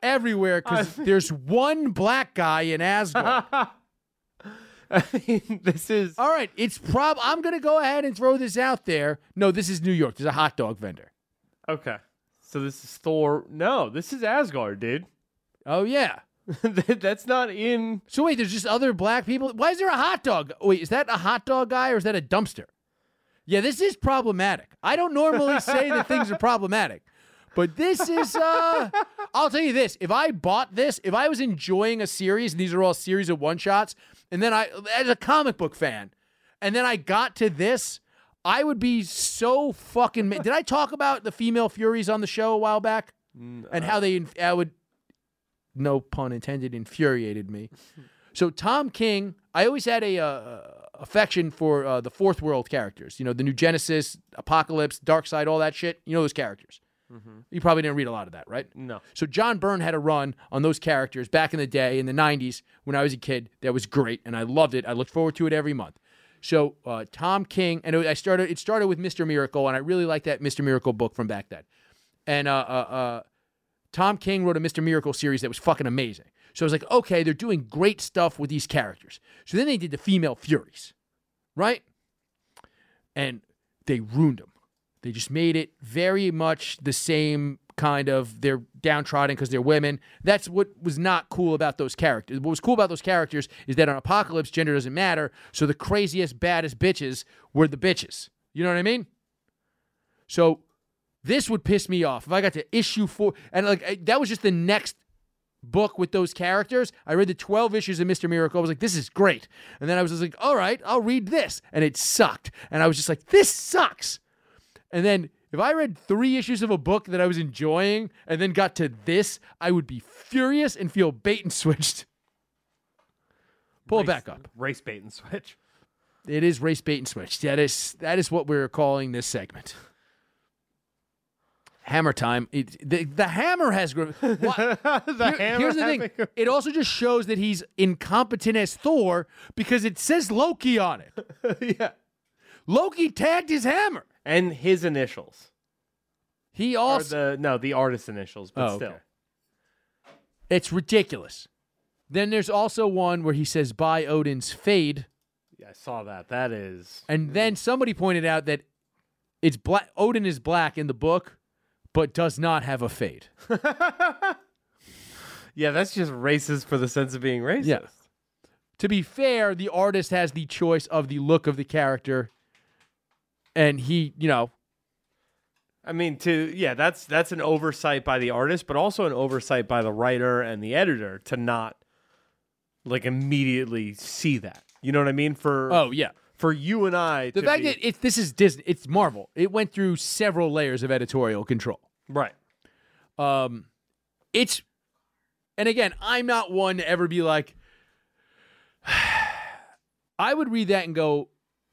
everywhere because there's one black guy in Asgard.
I mean, this is.
all right, it's prob. I'm gonna go ahead and throw this out there. No, this is New York. There's a hot dog vendor.
Okay. So this is Thor. No, this is Asgard, dude.
Oh yeah.
That- That's not in.
So wait, there's just other black people. Why is there a hot dog? Wait, is that a hot dog guy or is that a dumpster? Yeah, this is problematic. I don't normally say that things are problematic, but this is. Uh, I'll tell you this: if I bought this, if I was enjoying a series, and these are all series of one shots, and then I, as a comic book fan, and then I got to this, I would be so fucking. Ma- Did I talk about the female Furies on the show a while back, and how they? inf- I would no pun intended, infuriated me. So Tom King, I always had a uh, affection for uh, the fourth world characters. You know, the New Genesis, Apocalypse, Dark Side, all that shit. You know those characters. You probably didn't read a lot of that, right?
No.
So John Byrne had a run on those characters back in the day in the '90s when I was a kid. That was great, and I loved it. I looked forward to it every month. So uh, Tom King, and it- I started. It started with Mister Miracle, and I really liked that Mister Miracle book from back then. And uh, uh, uh, Tom King wrote a Mr. Miracle series that was fucking amazing. So I was like, okay, they're doing great stuff with these characters. So then they did the Female Furies, right? And they ruined them. They just made it very much the same kind of they're downtrodden because they're women. That's what was not cool about those characters. What was cool about those characters is that on Apocalypse, gender doesn't matter. So the craziest, baddest bitches were the bitches. You know what I mean? So this would piss me off if I got to issue four. And like I, that was just the next book with those characters. I read the twelve issues of Mister Miracle. I was like, this is great. And then I was just like, all right, I'll read this, and it sucked. And I was just like, this sucks. And then if I read three issues of a book that I was enjoying and then got to this, I would be furious and feel bait and switched. Pull it
race-
back up.
Race bait and switch.
It is race bait and switch. That is that is what we're calling this segment. Hammer time. It, the, the hammer has. gr- Why- Here- here's the thing. It also just shows that he's incompetent as Thor because it says Loki on it.
thing. yeah.
Loki tagged his hammer.
And his initials.
He
Or
also.
the no, the artist's initials, but
Oh,
still.
okay. it's ridiculous. Then there's also one where he says, "By Odin's fade,"
Yeah, I saw that. That is
and then somebody pointed out that it's black. Odin is black in the book, but does not have a fade.
Yeah, that's just racist for the sense of being racist.
Yeah. to be fair, the artist has the choice of the look of the character, and he, you know,
I mean, to yeah, that's that's an oversight by the artist, but also an oversight by the writer and the editor to not like immediately see that. You know what I mean? For
oh yeah,
for you and I,
the
to
fact
be-
that it's this is Disney, it's Marvel. It went through several layers of editorial control.
right,
Um, it's, and again, I'm not one to ever be like, I would read that and go,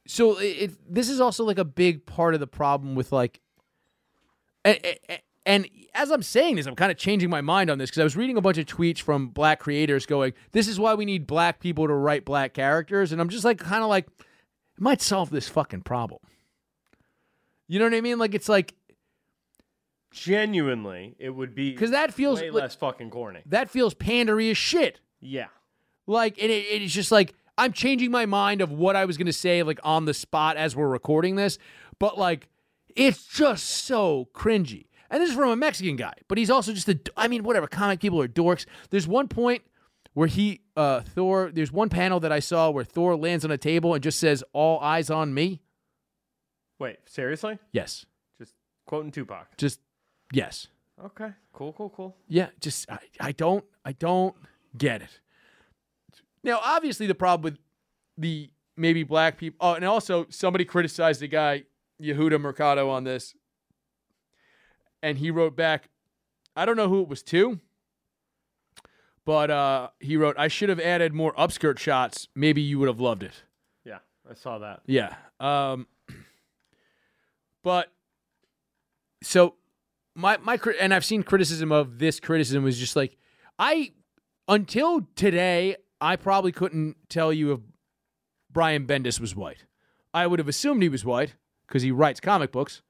so it, it, this is also like a big part of the problem with like, and, and as I'm saying this, I'm kind of changing my mind on this because I was reading a bunch of tweets from black creators going, this is why we need black people to write black characters. And I'm just like, kind of like, it might solve this fucking problem. You know what I mean? Like, it's like,
genuinely, it would be
'Cause that feels
way
like-
less fucking corny.
that feels pandery as shit.
Yeah,
Like, and it, it's just like I'm changing my mind of what I was gonna say, like on the spot as we're recording this. But like, it's just so cringy. And this is from a Mexican guy, but he's also just a. I mean, whatever. Comic people are dorks. There's one point where he, uh, Thor. There's one panel that I saw where Thor lands on a table and just says, "All eyes on me."
wait, seriously,
Yes,
just quoting Tupac.
just yes.
Okay, cool, cool, cool.
Yeah, just I, I don't I don't get it. Now, obviously, the problem with the maybe black people. Oh, and also somebody criticized the guy Yehuda Mercado on this, and he wrote back. I don't know who it was to, but uh, he wrote, "I should have added more upskirt shots. Maybe you would have loved it."
Yeah, I saw that.
Yeah. Um, but so my my cri- and I've seen criticism of this criticism was just like I until today I probably couldn't tell you if Brian Bendis was white. I would have assumed he was white because he writes comic books.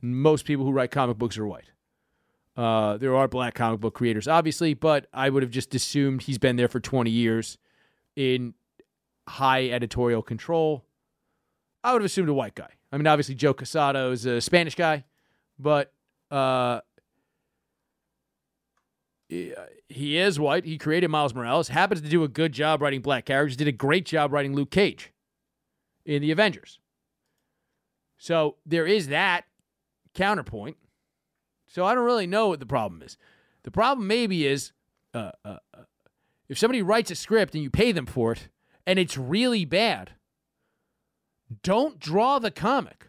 Most people who write comic books are white. Uh, there are black comic book creators, obviously, but I would have just assumed he's been there for 20 years in high editorial control. I would have assumed a white guy. I mean, obviously Joe Casado is a Spanish guy, but uh, he he is white. He created Miles Morales. Happens to do a good job writing black characters. Did a great job writing Luke Cage in the Avengers. So there is that counterpoint. So I don't really know what the problem is. The problem maybe is uh, uh, uh, if somebody writes a script and you pay them for it, and it's really bad don't draw the comic.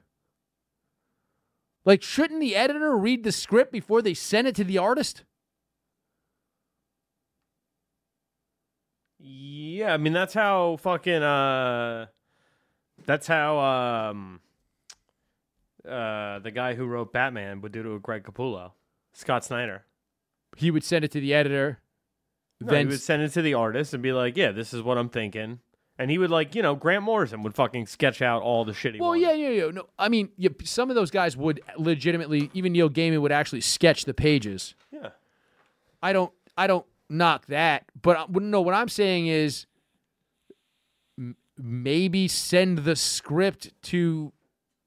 Like, shouldn't the editor read the script before they send it to the artist?
Yeah, I mean that's how fucking uh that's how um uh the guy who wrote Batman would do to Greg Capullo. Scott Snyder.
He would send it to the editor.
No,
then
he would send it to the artist and be like, "Yeah, this is what I'm thinking." And he would like, you know, Grant Morrison would fucking sketch out all the shit he
well,
wanted.
yeah, yeah, yeah. No, I mean, yeah, some of those guys would legitimately. Even Neil Gaiman would actually sketch the pages.
Yeah.
I don't, I don't knock that, but I, no, what I'm saying is, m- maybe send the script to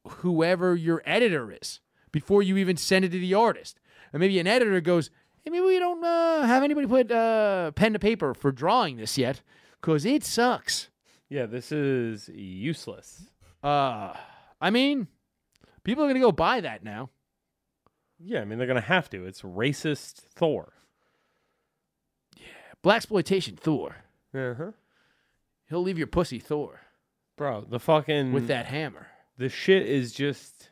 whoever your editor is before you even send it to the artist. And maybe an editor goes, hey, maybe we don't uh, have anybody put uh, pen to paper for drawing this yet because it sucks.
Yeah, this is useless.
Uh, I mean, people are going to go buy that now.
Yeah, I mean they're going to have to. It's racist Thor.
Black exploitation Thor.
Uh-huh.
He'll leave your pussy Thor
Bro, mm. the fucking
with that hammer.
the shit is just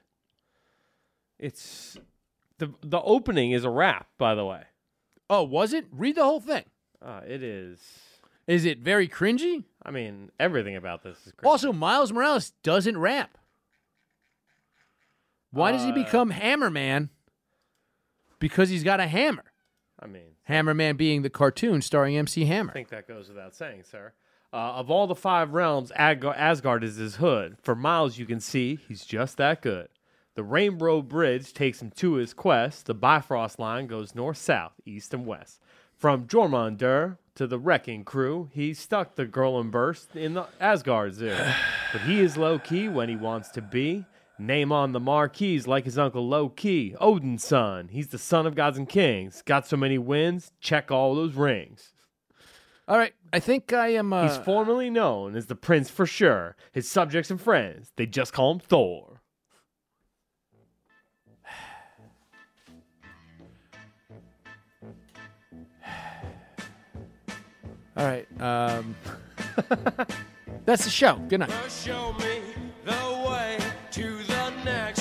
it's the the opening is a rap by the way
Oh, was it? Read the whole thing.
uh, it is
Is it very cringy?
i mean everything about this is crazy.
Also, Miles Morales doesn't rap. Why does he
Uh,
become Hammer Man
because he's got a hammer.
I mean,
Hammerman being the cartoon starring MC Hammer.
I think that goes without saying, sir. Uh, of all the five realms, Adgar- Asgard is his hood. For miles, you can see he's just that good. The Rainbow Bridge takes him to his quest. The Bifrost line goes north, south, east, and west. From Jormungandr to the Wrecking Crew, he stuck the girl and burst in the Asgard Zoo. but he is low key when he wants to be. Name on the marquees like his uncle Low Key, Odin's son. He's the son of gods and kings. Got so many wins, check all those rings.
All right, I think I am. Uh,
He's formerly known as the Prince for sure. His subjects and friends, they just call him Thor.
All right, um, that's the show. Good night.
Show me the way to the next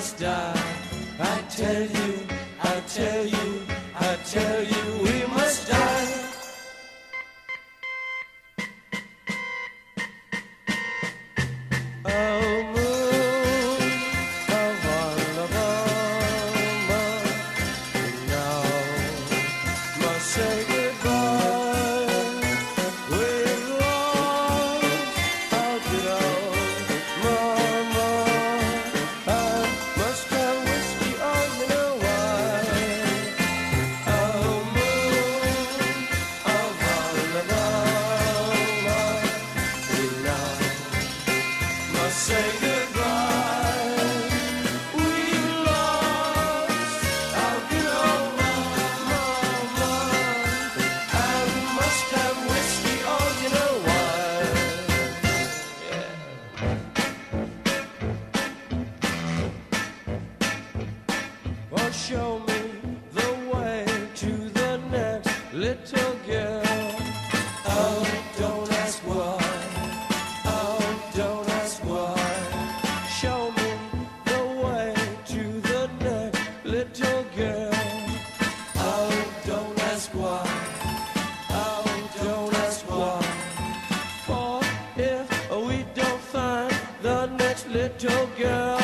die. I tell you, I tell you, I tell you we must die. Oh, moon of Avalabama, now must say goodbye. With love, how did mama? I must have whiskey on in a wine. Oh, moon of Alabama, we now must say goodbye. We lost our good old mama. I must have whiskey or you know why. Well, Oh, show me the way to the next little girl. Oh, don't ask why. Oh, don't ask why. Show me the way to the next little girl. Oh, don't ask why. Oh, don't ask why. For if we don't find the next little girl,